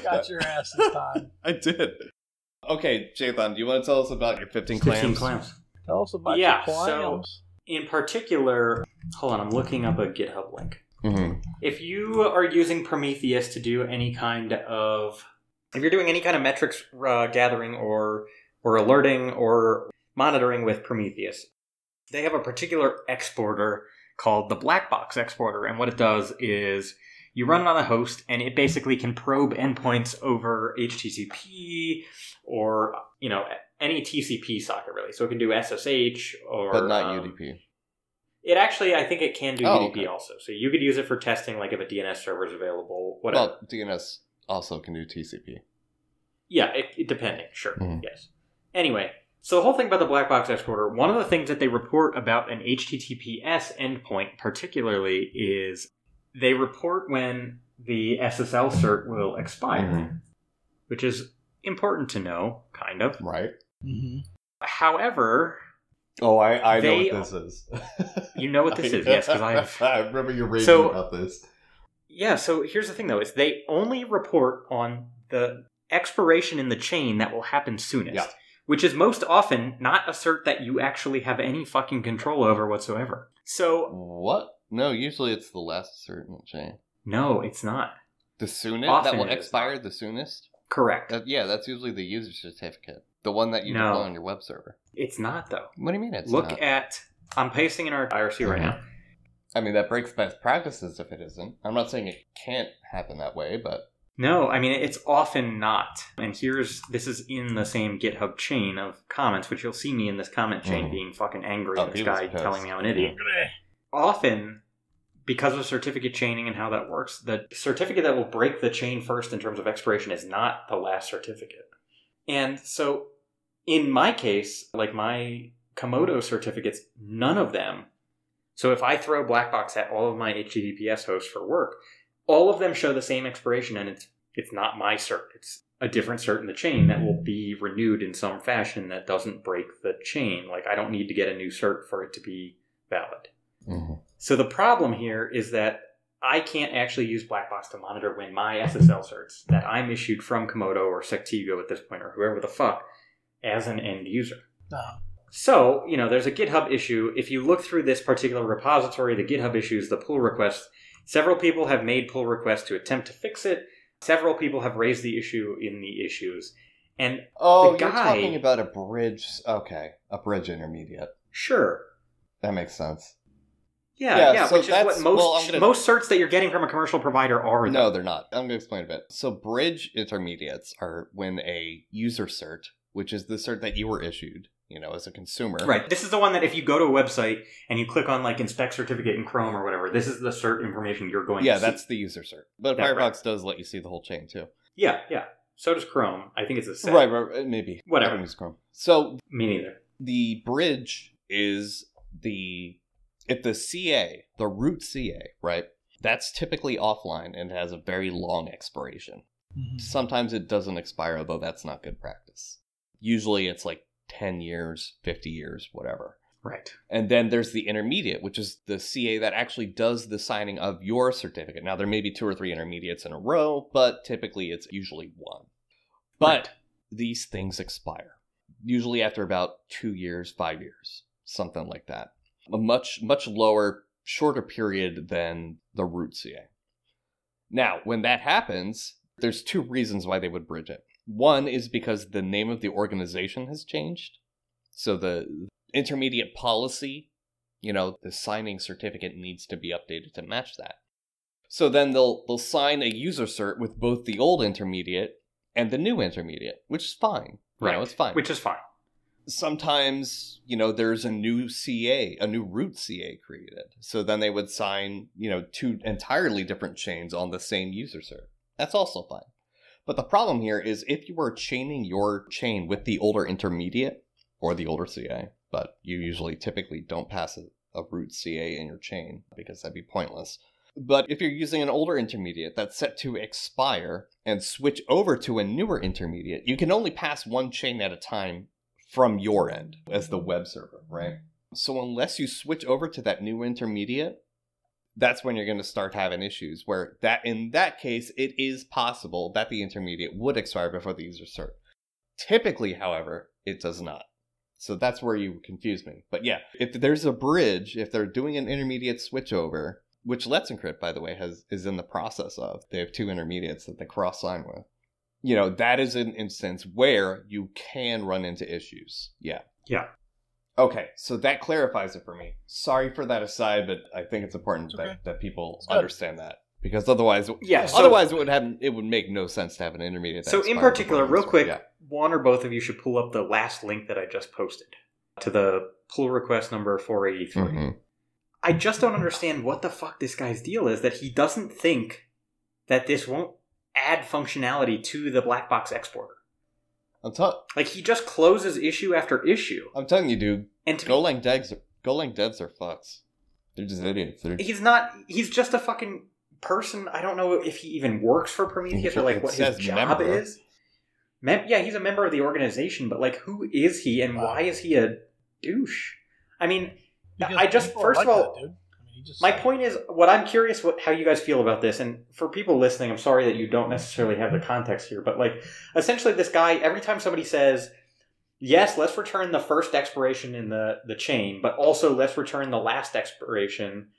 [SPEAKER 3] Got your ass this time.
[SPEAKER 1] I did. Okay, Jathan, do you want to tell us about your 15 clams?
[SPEAKER 2] Fifteen clams.
[SPEAKER 3] Tell us about
[SPEAKER 2] Yeah,
[SPEAKER 3] your
[SPEAKER 2] so-
[SPEAKER 3] clients.
[SPEAKER 2] In particular, hold on. I'm looking up a GitHub link.
[SPEAKER 1] Mhm.
[SPEAKER 2] If you are using Prometheus to do any kind of, if you're doing any kind of metrics uh, gathering or or alerting or monitoring with Prometheus, they have a particular exporter called the black box exporter, and what it does is you run it on a host, and it basically can probe endpoints over HTTP or you know any TCP socket really. So it can do SSH or
[SPEAKER 1] But not
[SPEAKER 2] um,
[SPEAKER 1] UDP.
[SPEAKER 2] it actually, I think it can do
[SPEAKER 1] Oh,
[SPEAKER 2] UDP
[SPEAKER 1] okay.
[SPEAKER 2] also. So you could use it for testing, like if a DNS server is available, whatever.
[SPEAKER 1] Well, DNS also can do TCP.
[SPEAKER 2] yeah, it, it- depending, sure.
[SPEAKER 1] Mhm.
[SPEAKER 2] Yes. Anyway, so the whole thing about the black box exporter, one of the things that they report about an HTTPS endpoint particularly is they report when the SSL cert will expire,
[SPEAKER 1] Mhm.
[SPEAKER 2] which is important to know, kind of.
[SPEAKER 1] Right?
[SPEAKER 3] Mm-hmm.
[SPEAKER 2] However,
[SPEAKER 1] Oh, I, I know
[SPEAKER 2] They-
[SPEAKER 1] what this is.
[SPEAKER 2] you know what this is, yes, because I've
[SPEAKER 1] I remember you reading
[SPEAKER 2] So-
[SPEAKER 1] about this.
[SPEAKER 2] Yeah, so here's the thing though, is they only report on the expiration in the chain that will happen soonest.
[SPEAKER 1] Yeah.
[SPEAKER 2] Which is most often not a cert that you actually have any fucking control over whatsoever. So
[SPEAKER 1] What? No, usually it's the last certain chain.
[SPEAKER 2] no, it's not.
[SPEAKER 1] The soonest? that
[SPEAKER 2] Often
[SPEAKER 1] will
[SPEAKER 2] it is.
[SPEAKER 1] expire the soonest?
[SPEAKER 2] Correct.
[SPEAKER 1] That, yeah, that's usually the user certificate. The one that you
[SPEAKER 2] No.
[SPEAKER 1] deploy on your web server.
[SPEAKER 2] It's not though.
[SPEAKER 1] What do you mean it's
[SPEAKER 2] Look
[SPEAKER 1] not? Uh-huh.
[SPEAKER 2] at I'm pasting in our IRC right now.
[SPEAKER 1] I mean, that breaks best practices if it isn't. I'm not saying it can't happen that way, but
[SPEAKER 2] No, I mean it's often not. And here's this is in the same GitHub chain of comments, which you'll see me in this comment chain
[SPEAKER 1] Mhm.
[SPEAKER 2] being fucking angry
[SPEAKER 1] Oh,
[SPEAKER 2] at this
[SPEAKER 1] he was
[SPEAKER 2] guy
[SPEAKER 1] pissed.
[SPEAKER 2] telling me I'm an idiot. often because of certificate chaining and how that works the certificate that will break the chain first in terms of expiration is not the last certificate and so in my case like my komodo certificates none of them so if i throw black box at all of my https hosts for work all of them show the same expiration and it's it's not my cert it's a different cert in the chain that will be renewed in some fashion that doesn't break the chain like i don't need to get a new cert for it to be valid
[SPEAKER 1] Mm-hmm.
[SPEAKER 2] so the problem here is that I can't actually use Black Box to monitor when my SSL certs that I'm issued from Komodo or Sectigo at this point or whoever the fuck as an end user.
[SPEAKER 3] Uh,
[SPEAKER 2] So, you know, there's a GitHub issue. If you look through this particular repository, the GitHub issues, the pull requests, several people have made pull requests to attempt to fix it. Several people have raised the issue in the issues. And
[SPEAKER 1] oh,
[SPEAKER 2] The
[SPEAKER 1] you're
[SPEAKER 2] guy-
[SPEAKER 1] talking about a bridge. Okay, a bridge intermediate.
[SPEAKER 2] sure,
[SPEAKER 1] That makes sense.
[SPEAKER 2] yeah,
[SPEAKER 1] Yeah,
[SPEAKER 2] yeah,
[SPEAKER 1] so
[SPEAKER 2] which is
[SPEAKER 1] that's-
[SPEAKER 2] what most
[SPEAKER 1] well, I'm gonna-
[SPEAKER 2] most certs that you're getting from a commercial provider are.
[SPEAKER 1] No,
[SPEAKER 2] though.
[SPEAKER 1] they're not. I'm going to explain a bit. So, bridge intermediates are when a user cert, which is the cert that you were issued, you know, as a consumer,
[SPEAKER 2] Right. This is the one that if you go to a website and you click on like inspect certificate in Chrome or whatever, this is the cert information you're going
[SPEAKER 1] Yeah,
[SPEAKER 2] to see.
[SPEAKER 1] that's the user cert. But
[SPEAKER 2] That-
[SPEAKER 1] Firefox
[SPEAKER 2] right.
[SPEAKER 1] does let you see the whole chain too.
[SPEAKER 2] Yeah, yeah. So does Chrome. I think it's the same.
[SPEAKER 1] Right, right, right, maybe
[SPEAKER 2] Whatever.
[SPEAKER 1] I don't use Chrome. So
[SPEAKER 2] Me neither.
[SPEAKER 1] the bridge is the if the CA, the root CA, right? That's typically offline and has a very long expiration. Mm-hmm.
[SPEAKER 3] mhm.
[SPEAKER 1] Sometimes it doesn't expire, although that's not good practice. Usually it's like 10 years, 50 years, whatever.
[SPEAKER 2] Right.
[SPEAKER 1] And then there's the intermediate, which is the CA that actually does the signing of your certificate. Now, there may be two or three intermediates in a row, but typically it's usually one. But
[SPEAKER 2] Right.
[SPEAKER 1] these things expire, usually after about two years, five years, something like that. A much, much lower shorter period than the root CA. Now, when that happens, there's two reasons why they would bridge it. One is because the name of the organization has changed. So the intermediate policy, you know, the signing certificate needs to be updated to match that. So then they'll they'll sign a user cert with both the old intermediate and the new intermediate, which is fine. You know, it's fine.
[SPEAKER 2] Which is fine.
[SPEAKER 1] sometimes you know there's a new ca a new root ca created so then they would sign you know two entirely different chains on the same user cert that's also fine but the problem here is if you were chaining your chain with the older intermediate or the older ca but you usually typically don't pass a, a root ca in your chain because that'd be pointless but if you're using an older intermediate that's set to expire and switch over to a newer intermediate, you can only pass one chain at a time from your end as the web server, right? So unless you switch over to that new intermediate, that's when you're going to start having issues where that in that case it is possible that the intermediate would expire before the user cert. Typically, however, it does not. So that's where you confuse me. But yeah, if there's a bridge, if they're doing an intermediate switchover, which Let's Encrypt, by the way, has is in the process of, they have two intermediates that they cross sign with you know that is an instance where you can run into issues yeah
[SPEAKER 2] Yeah.
[SPEAKER 1] okay so that clarifies it for me sorry for that aside but i think it's important
[SPEAKER 3] It's okay.
[SPEAKER 1] that, that people
[SPEAKER 3] It's good.
[SPEAKER 1] understand that because otherwise
[SPEAKER 2] Yeah. So,
[SPEAKER 1] otherwise it would have it would make no sense to have an intermediate that
[SPEAKER 2] so in
[SPEAKER 1] expires
[SPEAKER 2] particular,
[SPEAKER 1] before
[SPEAKER 2] real
[SPEAKER 1] the
[SPEAKER 2] quick,
[SPEAKER 1] next
[SPEAKER 2] one or both of you should pull up the last link that I just posted to the pull request number 483.
[SPEAKER 1] one. yeah. Mhm.
[SPEAKER 2] I just don't understand what the fuck this guy's deal is that he doesn't think that this won't add functionality to the black box exporter.
[SPEAKER 1] i'm telling
[SPEAKER 2] Like he just closes issue after issue,
[SPEAKER 1] i'm telling you dude
[SPEAKER 2] and to
[SPEAKER 1] golang devs are golang devs are fucks they're just idiots they're
[SPEAKER 2] he's not. He's just a fucking person. I don't know if he even works for Prometheus or like
[SPEAKER 1] It
[SPEAKER 2] what his
[SPEAKER 1] says
[SPEAKER 2] job
[SPEAKER 1] member.
[SPEAKER 2] is. Mem- yeah, he's a member of the organization, but like, who is he and why is he a douche? I mean,
[SPEAKER 3] Because
[SPEAKER 2] I just-
[SPEAKER 3] people
[SPEAKER 2] first
[SPEAKER 3] like
[SPEAKER 2] of all,
[SPEAKER 3] that, dude. I mean, he just,
[SPEAKER 2] My point is, what I'm curious, what how you guys feel about this, and for people listening, I'm sorry that you don't necessarily have the context here, but like, essentially, this guy, every time somebody says, "Yes, let's return the first expiration in the the chain, but also let's return the last expiration,"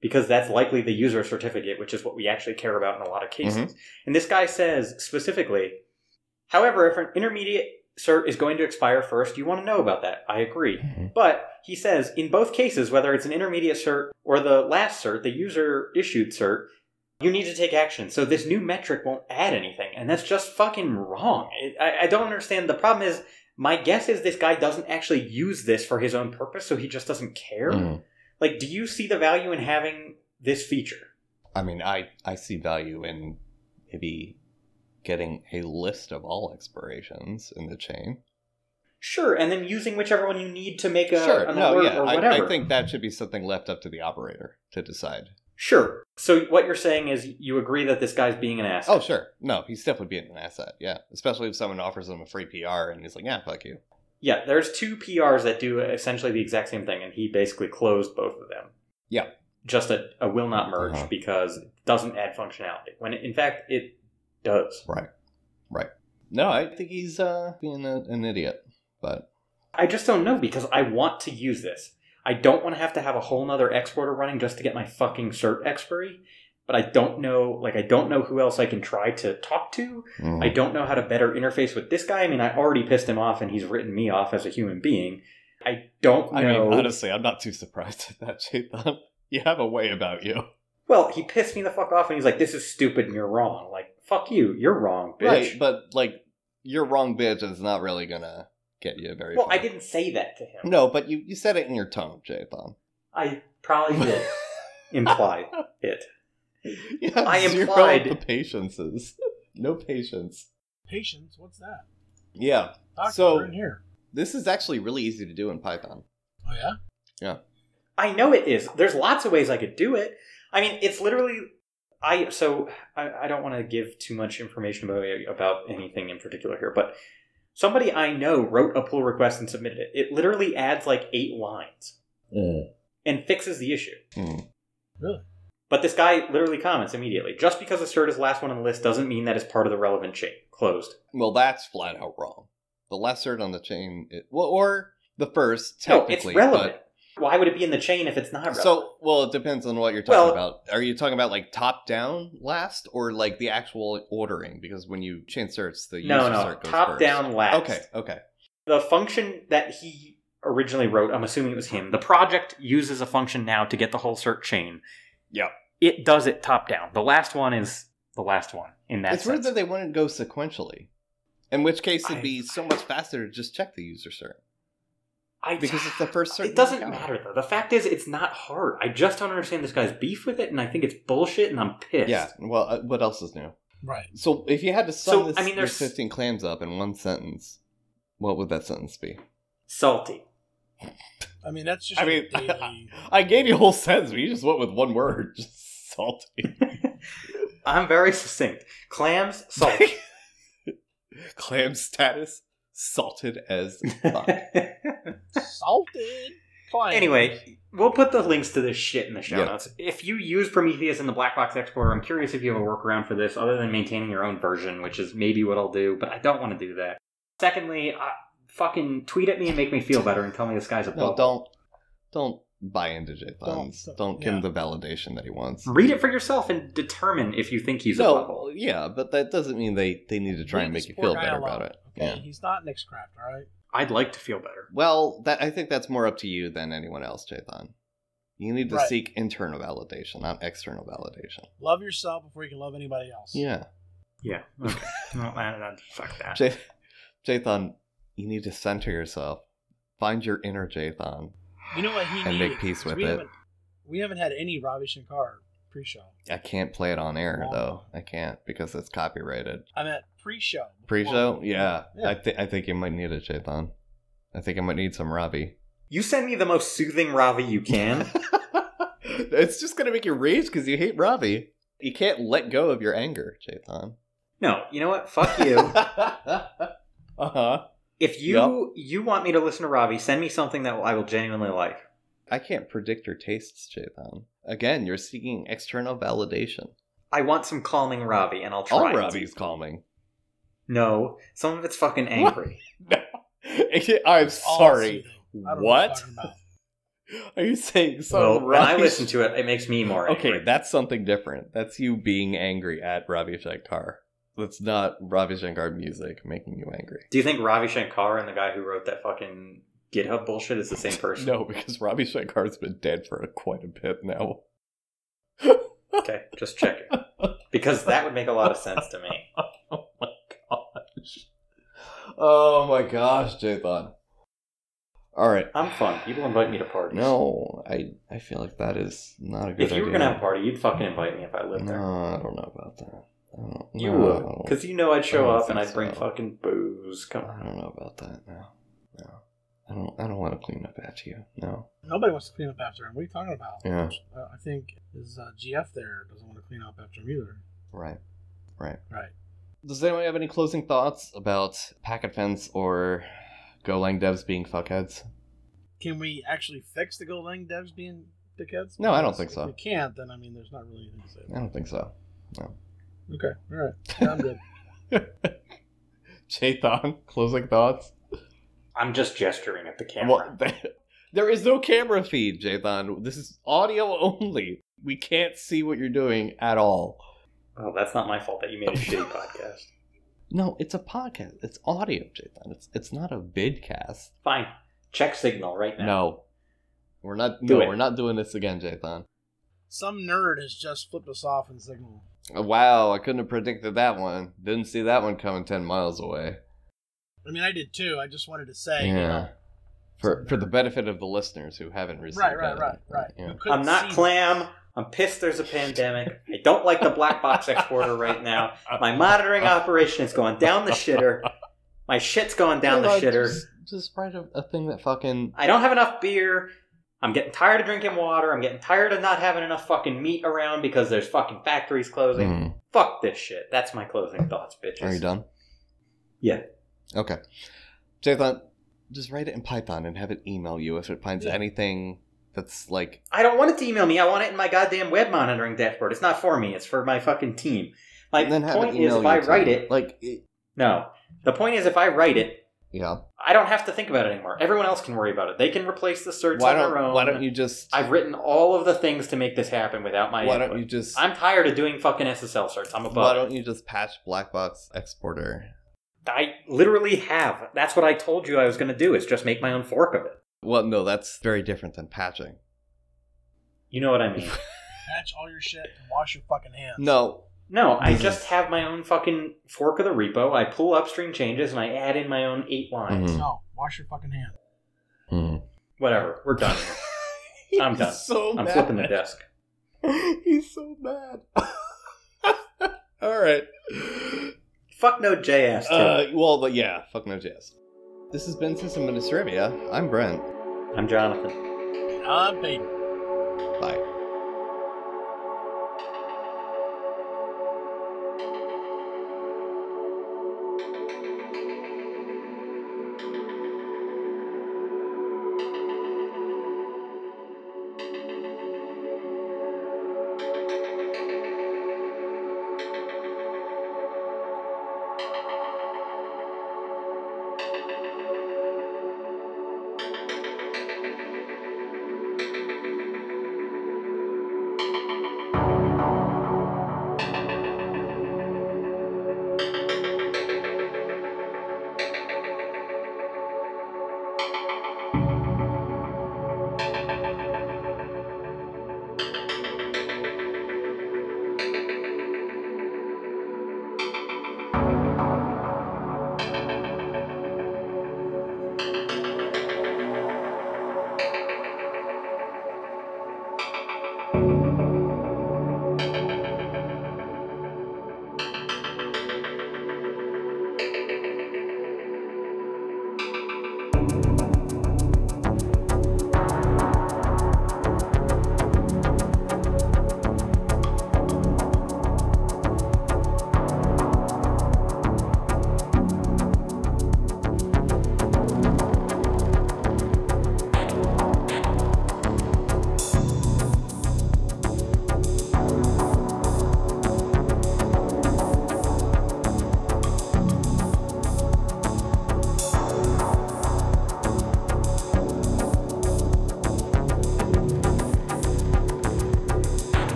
[SPEAKER 2] because that's likely the user certificate, which is what we actually care about in a lot of cases. And this guy says specifically, however, if an intermediate cert is going to expire first, you want to know about that. I agree.
[SPEAKER 1] Mhm.
[SPEAKER 2] But he says, in both cases, whether it's an intermediate cert or the last cert, the user issued cert, you need to take action. So this new metric won't add anything, and that's just fucking wrong. It, I, I don't understand. The problem is, my guess is this guy doesn't actually use this for his own purpose, so he just doesn't care.
[SPEAKER 1] Mhm.
[SPEAKER 2] Like, do you see the value in having this feature?
[SPEAKER 1] i mean i i see value in maybe getting a list of all expirations in the chain
[SPEAKER 2] Sure, and then using whichever one you need to make a,
[SPEAKER 1] sure
[SPEAKER 2] an
[SPEAKER 1] no
[SPEAKER 2] alert
[SPEAKER 1] yeah
[SPEAKER 2] uh, or
[SPEAKER 1] I-
[SPEAKER 2] whatever.
[SPEAKER 1] I, think that should be something left up to the operator to decide
[SPEAKER 2] Sure. So what you're saying is you agree that this guy's being an ass.
[SPEAKER 1] oh sure no he's definitely being an asset yeah especially if someone offers him a free pr and he's like yeah fuck you
[SPEAKER 2] Yeah, there's two PRs that do essentially the exact same thing, and he basically closed both of them.
[SPEAKER 1] Yeah.
[SPEAKER 2] Just a, a will not merge
[SPEAKER 1] Uh-huh.
[SPEAKER 2] because it doesn't add functionality. When in fact it does.
[SPEAKER 1] no i think he's uh being a, an idiot but
[SPEAKER 2] I just don't know because I want to use this. I don't want to have to have a whole nother exporter running just to get my fucking cert expiry. But I don't know, like, I don't know who else I can try to talk to.
[SPEAKER 1] Hmm.
[SPEAKER 2] I don't know how to better interface with this guy. I mean, I already pissed him off and he's written me off as a human being. I don't know.
[SPEAKER 1] I mean honestly i'm not too surprised at that Chetan. you have a way about you
[SPEAKER 2] well, he pissed me the fuck off and he's like, this is stupid and you're wrong. Like, fuck you. You're wrong, bitch.
[SPEAKER 1] right but like your wrong bitch is not really gonna get you very
[SPEAKER 2] well,
[SPEAKER 1] far.
[SPEAKER 2] I didn't say that to him.
[SPEAKER 1] no but you you said it in your tone Chetan.
[SPEAKER 2] I probably did imply it.
[SPEAKER 1] you have
[SPEAKER 2] I
[SPEAKER 1] zero
[SPEAKER 2] implied-
[SPEAKER 1] patiences no patience
[SPEAKER 3] patience. What's that?
[SPEAKER 1] yeah
[SPEAKER 3] Doctor,
[SPEAKER 1] So-
[SPEAKER 3] we're in here.
[SPEAKER 1] This is actually really easy to do in Python.
[SPEAKER 3] Oh yeah.
[SPEAKER 2] I know it is. There's lots of ways I could do it. I mean, it's literally. I so I, I don't want to give too much information about about anything in particular here, but somebody I know wrote a pull request and submitted it. It literally adds like eight lines and fixes the issue.
[SPEAKER 1] Mm.
[SPEAKER 3] Really?
[SPEAKER 2] But this guy literally comments immediately. Just because a cert is last one on the list doesn't mean that it's part of the relevant chain. Closed.
[SPEAKER 1] Well, that's flat out wrong. The last cert on the chain, it, well, or the first
[SPEAKER 2] No, it's
[SPEAKER 1] technically,
[SPEAKER 2] relevant.
[SPEAKER 1] but
[SPEAKER 2] Why would it be in the chain if it's not? relevant?
[SPEAKER 1] So, well, it depends on what you're talking
[SPEAKER 2] Well-
[SPEAKER 1] about. Are you talking about like top down last or like the actual ordering? Because when you chain search, the user
[SPEAKER 2] no, no,
[SPEAKER 1] search goes
[SPEAKER 2] top
[SPEAKER 1] first.
[SPEAKER 2] down last.
[SPEAKER 1] Okay, okay.
[SPEAKER 2] the function that he originally wrote, I'm assuming it was him, the project uses a function now to get the whole search chain.
[SPEAKER 1] Yep.
[SPEAKER 2] It does it top down. The last one is the last one in that
[SPEAKER 1] it's weird
[SPEAKER 2] sense.
[SPEAKER 1] that they wouldn't go sequentially. In which case, it'd be
[SPEAKER 2] I-
[SPEAKER 1] so much faster to just check the user cert
[SPEAKER 2] I-
[SPEAKER 1] because it's the first cert.
[SPEAKER 2] it doesn't
[SPEAKER 1] count.
[SPEAKER 2] matter though. The fact is, it's not hard. I just don't understand this guy's beef with it, and I think it's bullshit, and I'm pissed.
[SPEAKER 1] Yeah. Well, uh, what else is new?
[SPEAKER 3] Right.
[SPEAKER 1] So, if you had to sum
[SPEAKER 2] So,
[SPEAKER 1] this,
[SPEAKER 2] I mean,
[SPEAKER 1] these
[SPEAKER 2] there's-
[SPEAKER 1] fifteen clams up in one sentence, what would that sentence be?
[SPEAKER 2] Salty.
[SPEAKER 3] I mean, that's just.
[SPEAKER 1] I mean,
[SPEAKER 3] your daily-
[SPEAKER 1] I gave you a whole sentence, but you just went with one word, just salty.
[SPEAKER 2] I'm very succinct. Clams, salt.
[SPEAKER 1] Clam status salted as fuck.
[SPEAKER 3] salted client.
[SPEAKER 2] anyway, we'll put the links to this shit in the show
[SPEAKER 1] Yeah.
[SPEAKER 2] notes. If you use Prometheus in the black box exporter, I'm curious if you have a workaround for this other than maintaining your own version, which is maybe what I'll do, but I don't want to do that. Secondly, uh, fucking tweet at me and make me feel better and tell me this guy's a
[SPEAKER 1] No,
[SPEAKER 2] bug.
[SPEAKER 1] don't don't buy into JSONs. Don't,
[SPEAKER 3] Don't-
[SPEAKER 1] don't give him the validation that he wants.
[SPEAKER 2] Read it for yourself and determine if you think he's a
[SPEAKER 1] No,
[SPEAKER 2] bubble.
[SPEAKER 1] yeah, but that doesn't mean they they need to try
[SPEAKER 3] Leave
[SPEAKER 1] and
[SPEAKER 3] this
[SPEAKER 1] make you
[SPEAKER 3] poor
[SPEAKER 1] feel
[SPEAKER 3] guy
[SPEAKER 1] better
[SPEAKER 3] alone,
[SPEAKER 1] about it.
[SPEAKER 3] Okay,
[SPEAKER 1] Yeah.
[SPEAKER 3] he's not Nick's craft, all right.
[SPEAKER 2] I'd like to feel better.
[SPEAKER 1] Well, that I think that's more up to you than anyone else, JSON. You need to
[SPEAKER 3] Right.
[SPEAKER 1] seek internal validation, not external validation.
[SPEAKER 3] Love yourself before you can love anybody else.
[SPEAKER 1] Yeah,
[SPEAKER 2] Yeah. Okay. no, I, I, fuck that.
[SPEAKER 1] J- JSON, you need to center yourself. Find your inner JSON.
[SPEAKER 3] You know what he
[SPEAKER 1] And
[SPEAKER 3] needed?
[SPEAKER 1] make peace with
[SPEAKER 3] we
[SPEAKER 1] it.
[SPEAKER 3] Haven't, we haven't had any Ravi Shankar pre-show.
[SPEAKER 1] I can't play it on air
[SPEAKER 3] Wow.
[SPEAKER 1] though. I can't because it's copyrighted.
[SPEAKER 3] I meant pre-show. before-
[SPEAKER 1] Pre-show, yeah.
[SPEAKER 3] Yeah.
[SPEAKER 1] I think I think you might need it, Jathan. I think I might need some Robbie.
[SPEAKER 2] You send me the most soothing Ravi you can.
[SPEAKER 1] it's just gonna make you rage because you hate Robbie. You can't let go of your anger, Jathan.
[SPEAKER 2] no, you know what? Fuck you.
[SPEAKER 1] uh huh.
[SPEAKER 2] If you you want me to listen to Ravi, send me something that I will genuinely like.
[SPEAKER 1] I can't predict your tastes, Jathan. Again, you're seeking external validation.
[SPEAKER 2] I want some calming Ravi, and I'll try.
[SPEAKER 1] All
[SPEAKER 2] it.
[SPEAKER 1] Robbie's calming.
[SPEAKER 2] No, some of it's fucking angry.
[SPEAKER 1] I'm
[SPEAKER 3] It's all
[SPEAKER 1] sorry.
[SPEAKER 3] soothing. I don't
[SPEAKER 1] What?
[SPEAKER 3] Know what you're talking about.
[SPEAKER 1] Are you saying
[SPEAKER 2] So
[SPEAKER 1] so?
[SPEAKER 2] when I listen to it, it makes me more angry.
[SPEAKER 1] Okay, that's something different. That's you being angry at Ravi Shankar. That's not Ravi Shankar music making you angry.
[SPEAKER 2] Do you think Ravi Shankar and the guy who wrote that fucking GitHub bullshit is the same person?
[SPEAKER 1] No, because Ravi Shankar's been dead for quite a bit now.
[SPEAKER 2] Okay, just checking. Because that would make a lot of sense to me.
[SPEAKER 1] Oh my gosh. Oh my gosh, Jathan. All right.
[SPEAKER 2] I'm fun. People invite me to parties.
[SPEAKER 1] No, I I feel like that is not a good
[SPEAKER 2] If you were
[SPEAKER 1] idea.
[SPEAKER 2] gonna have a party, you'd fucking invite me if I lived there.
[SPEAKER 1] No, I don't know about that. I don't,
[SPEAKER 2] You
[SPEAKER 1] no,
[SPEAKER 2] would. Because you know I'd
[SPEAKER 1] I
[SPEAKER 2] show
[SPEAKER 1] don't
[SPEAKER 2] up and
[SPEAKER 1] think
[SPEAKER 2] I'd bring
[SPEAKER 1] so.
[SPEAKER 2] fucking booze. Come
[SPEAKER 1] I
[SPEAKER 2] on.
[SPEAKER 1] don't know about that. No, no. I don't. I don't want to clean up after you. No.
[SPEAKER 3] Nobody wants to clean up after him. What are you talking about?
[SPEAKER 1] Yeah.
[SPEAKER 3] Uh, I think his uh, GF there doesn't want to clean up after him either.
[SPEAKER 1] Right.
[SPEAKER 3] Right.
[SPEAKER 1] Does anyone have any closing thoughts about Packet Fence or Golang devs being fuckheads?
[SPEAKER 3] Can we actually fix the Golang devs being dickheads?
[SPEAKER 1] No, I don't
[SPEAKER 3] Because
[SPEAKER 1] think so.
[SPEAKER 3] If we can't, then I mean, there's not really anything to say.
[SPEAKER 1] I don't think so.
[SPEAKER 3] Okay. All right. Yeah, I'm good.
[SPEAKER 1] Chaitan, closing thoughts.
[SPEAKER 2] I'm just gesturing at the camera.
[SPEAKER 1] Well, there is no camera feed, Jathan. This is audio only. We can't see what you're doing at all.
[SPEAKER 2] Oh, that's not my fault that you made a shitty podcast.
[SPEAKER 1] No, it's a podcast. It's audio, Jathan. It's it's not a vidcast.
[SPEAKER 2] Fine. Check signal right now.
[SPEAKER 1] No, we're not.
[SPEAKER 2] Do
[SPEAKER 1] no,
[SPEAKER 2] it.
[SPEAKER 1] we're not doing this again, Jathan.
[SPEAKER 3] Some nerd has just flipped us off in Signal.
[SPEAKER 1] Oh, Wow, I couldn't have predicted that one. Didn't see that one coming ten miles away.
[SPEAKER 3] I mean, I did too. I just wanted to say. you
[SPEAKER 1] Yeah.
[SPEAKER 3] know,
[SPEAKER 1] For for the benefit of the listeners who haven't received.
[SPEAKER 3] Right, right,
[SPEAKER 1] that.
[SPEAKER 3] right, right.
[SPEAKER 1] Yeah.
[SPEAKER 3] You couldn't
[SPEAKER 2] I'm not
[SPEAKER 3] see-
[SPEAKER 2] clam. I'm pissed there's a pandemic. I don't like the black box exporter right now. My monitoring operation is going down the shitter. My shit's going down the
[SPEAKER 1] Hold on,
[SPEAKER 2] shitter.
[SPEAKER 1] Just, just write a, a thing that fucking
[SPEAKER 2] I don't have enough beer. I'm getting tired of drinking water. I'm getting tired of not having enough fucking meat around because there's fucking factories closing.
[SPEAKER 1] Mm.
[SPEAKER 2] Fuck this shit. That's my closing thoughts, bitches.
[SPEAKER 1] Are you done?
[SPEAKER 2] Yeah.
[SPEAKER 1] Okay. Jathan, just write it in Python and have it email you if it finds
[SPEAKER 3] Yeah.
[SPEAKER 1] anything that's like.
[SPEAKER 2] I don't want it to email me. I want it in my goddamn web monitoring dashboard. It's not for me. It's for my fucking team. My
[SPEAKER 1] and then have
[SPEAKER 2] point
[SPEAKER 1] it
[SPEAKER 2] is,
[SPEAKER 1] email
[SPEAKER 2] if
[SPEAKER 1] you
[SPEAKER 2] I
[SPEAKER 1] to-
[SPEAKER 2] write it,
[SPEAKER 1] like, it-
[SPEAKER 2] no. The point is, if I write it,
[SPEAKER 1] Yeah.
[SPEAKER 2] I don't have to think about it anymore. Everyone else can worry about it. They can replace the certs
[SPEAKER 1] Why
[SPEAKER 2] on
[SPEAKER 1] don't
[SPEAKER 2] their own.
[SPEAKER 1] Why don't you just
[SPEAKER 2] I've written all of the things to make this happen without my.
[SPEAKER 1] Why
[SPEAKER 2] input.
[SPEAKER 1] don't you just
[SPEAKER 2] I'm tired of doing fucking SSL certs. I'm a
[SPEAKER 1] Why
[SPEAKER 2] bug.
[SPEAKER 1] don't you just patch black box exporter?
[SPEAKER 2] I literally have. That's what I told you I was going to do. Is just make my own fork of it.
[SPEAKER 1] Well, no, that's very different than patching.
[SPEAKER 2] You know what I mean?
[SPEAKER 3] Patch all your shit and wash your fucking hands.
[SPEAKER 1] No,
[SPEAKER 2] No, I
[SPEAKER 1] Mhm.
[SPEAKER 2] just have my own fucking fork of the repo. I pull upstream changes and I add in my own eight lines.
[SPEAKER 1] Mhm.
[SPEAKER 3] No, wash your fucking hands. Hmm.
[SPEAKER 2] Whatever. We're done. I'm done.
[SPEAKER 1] So
[SPEAKER 2] I'm
[SPEAKER 1] mad.
[SPEAKER 2] flipping the desk.
[SPEAKER 1] He's so mad. All right.
[SPEAKER 2] Fuck no JS. too.
[SPEAKER 1] Uh, well, but yeah, fuck no jazz. This has been System Administrivia. I'm Brent.
[SPEAKER 2] I'm Jonathan.
[SPEAKER 3] I'm Peyton.
[SPEAKER 1] Bye.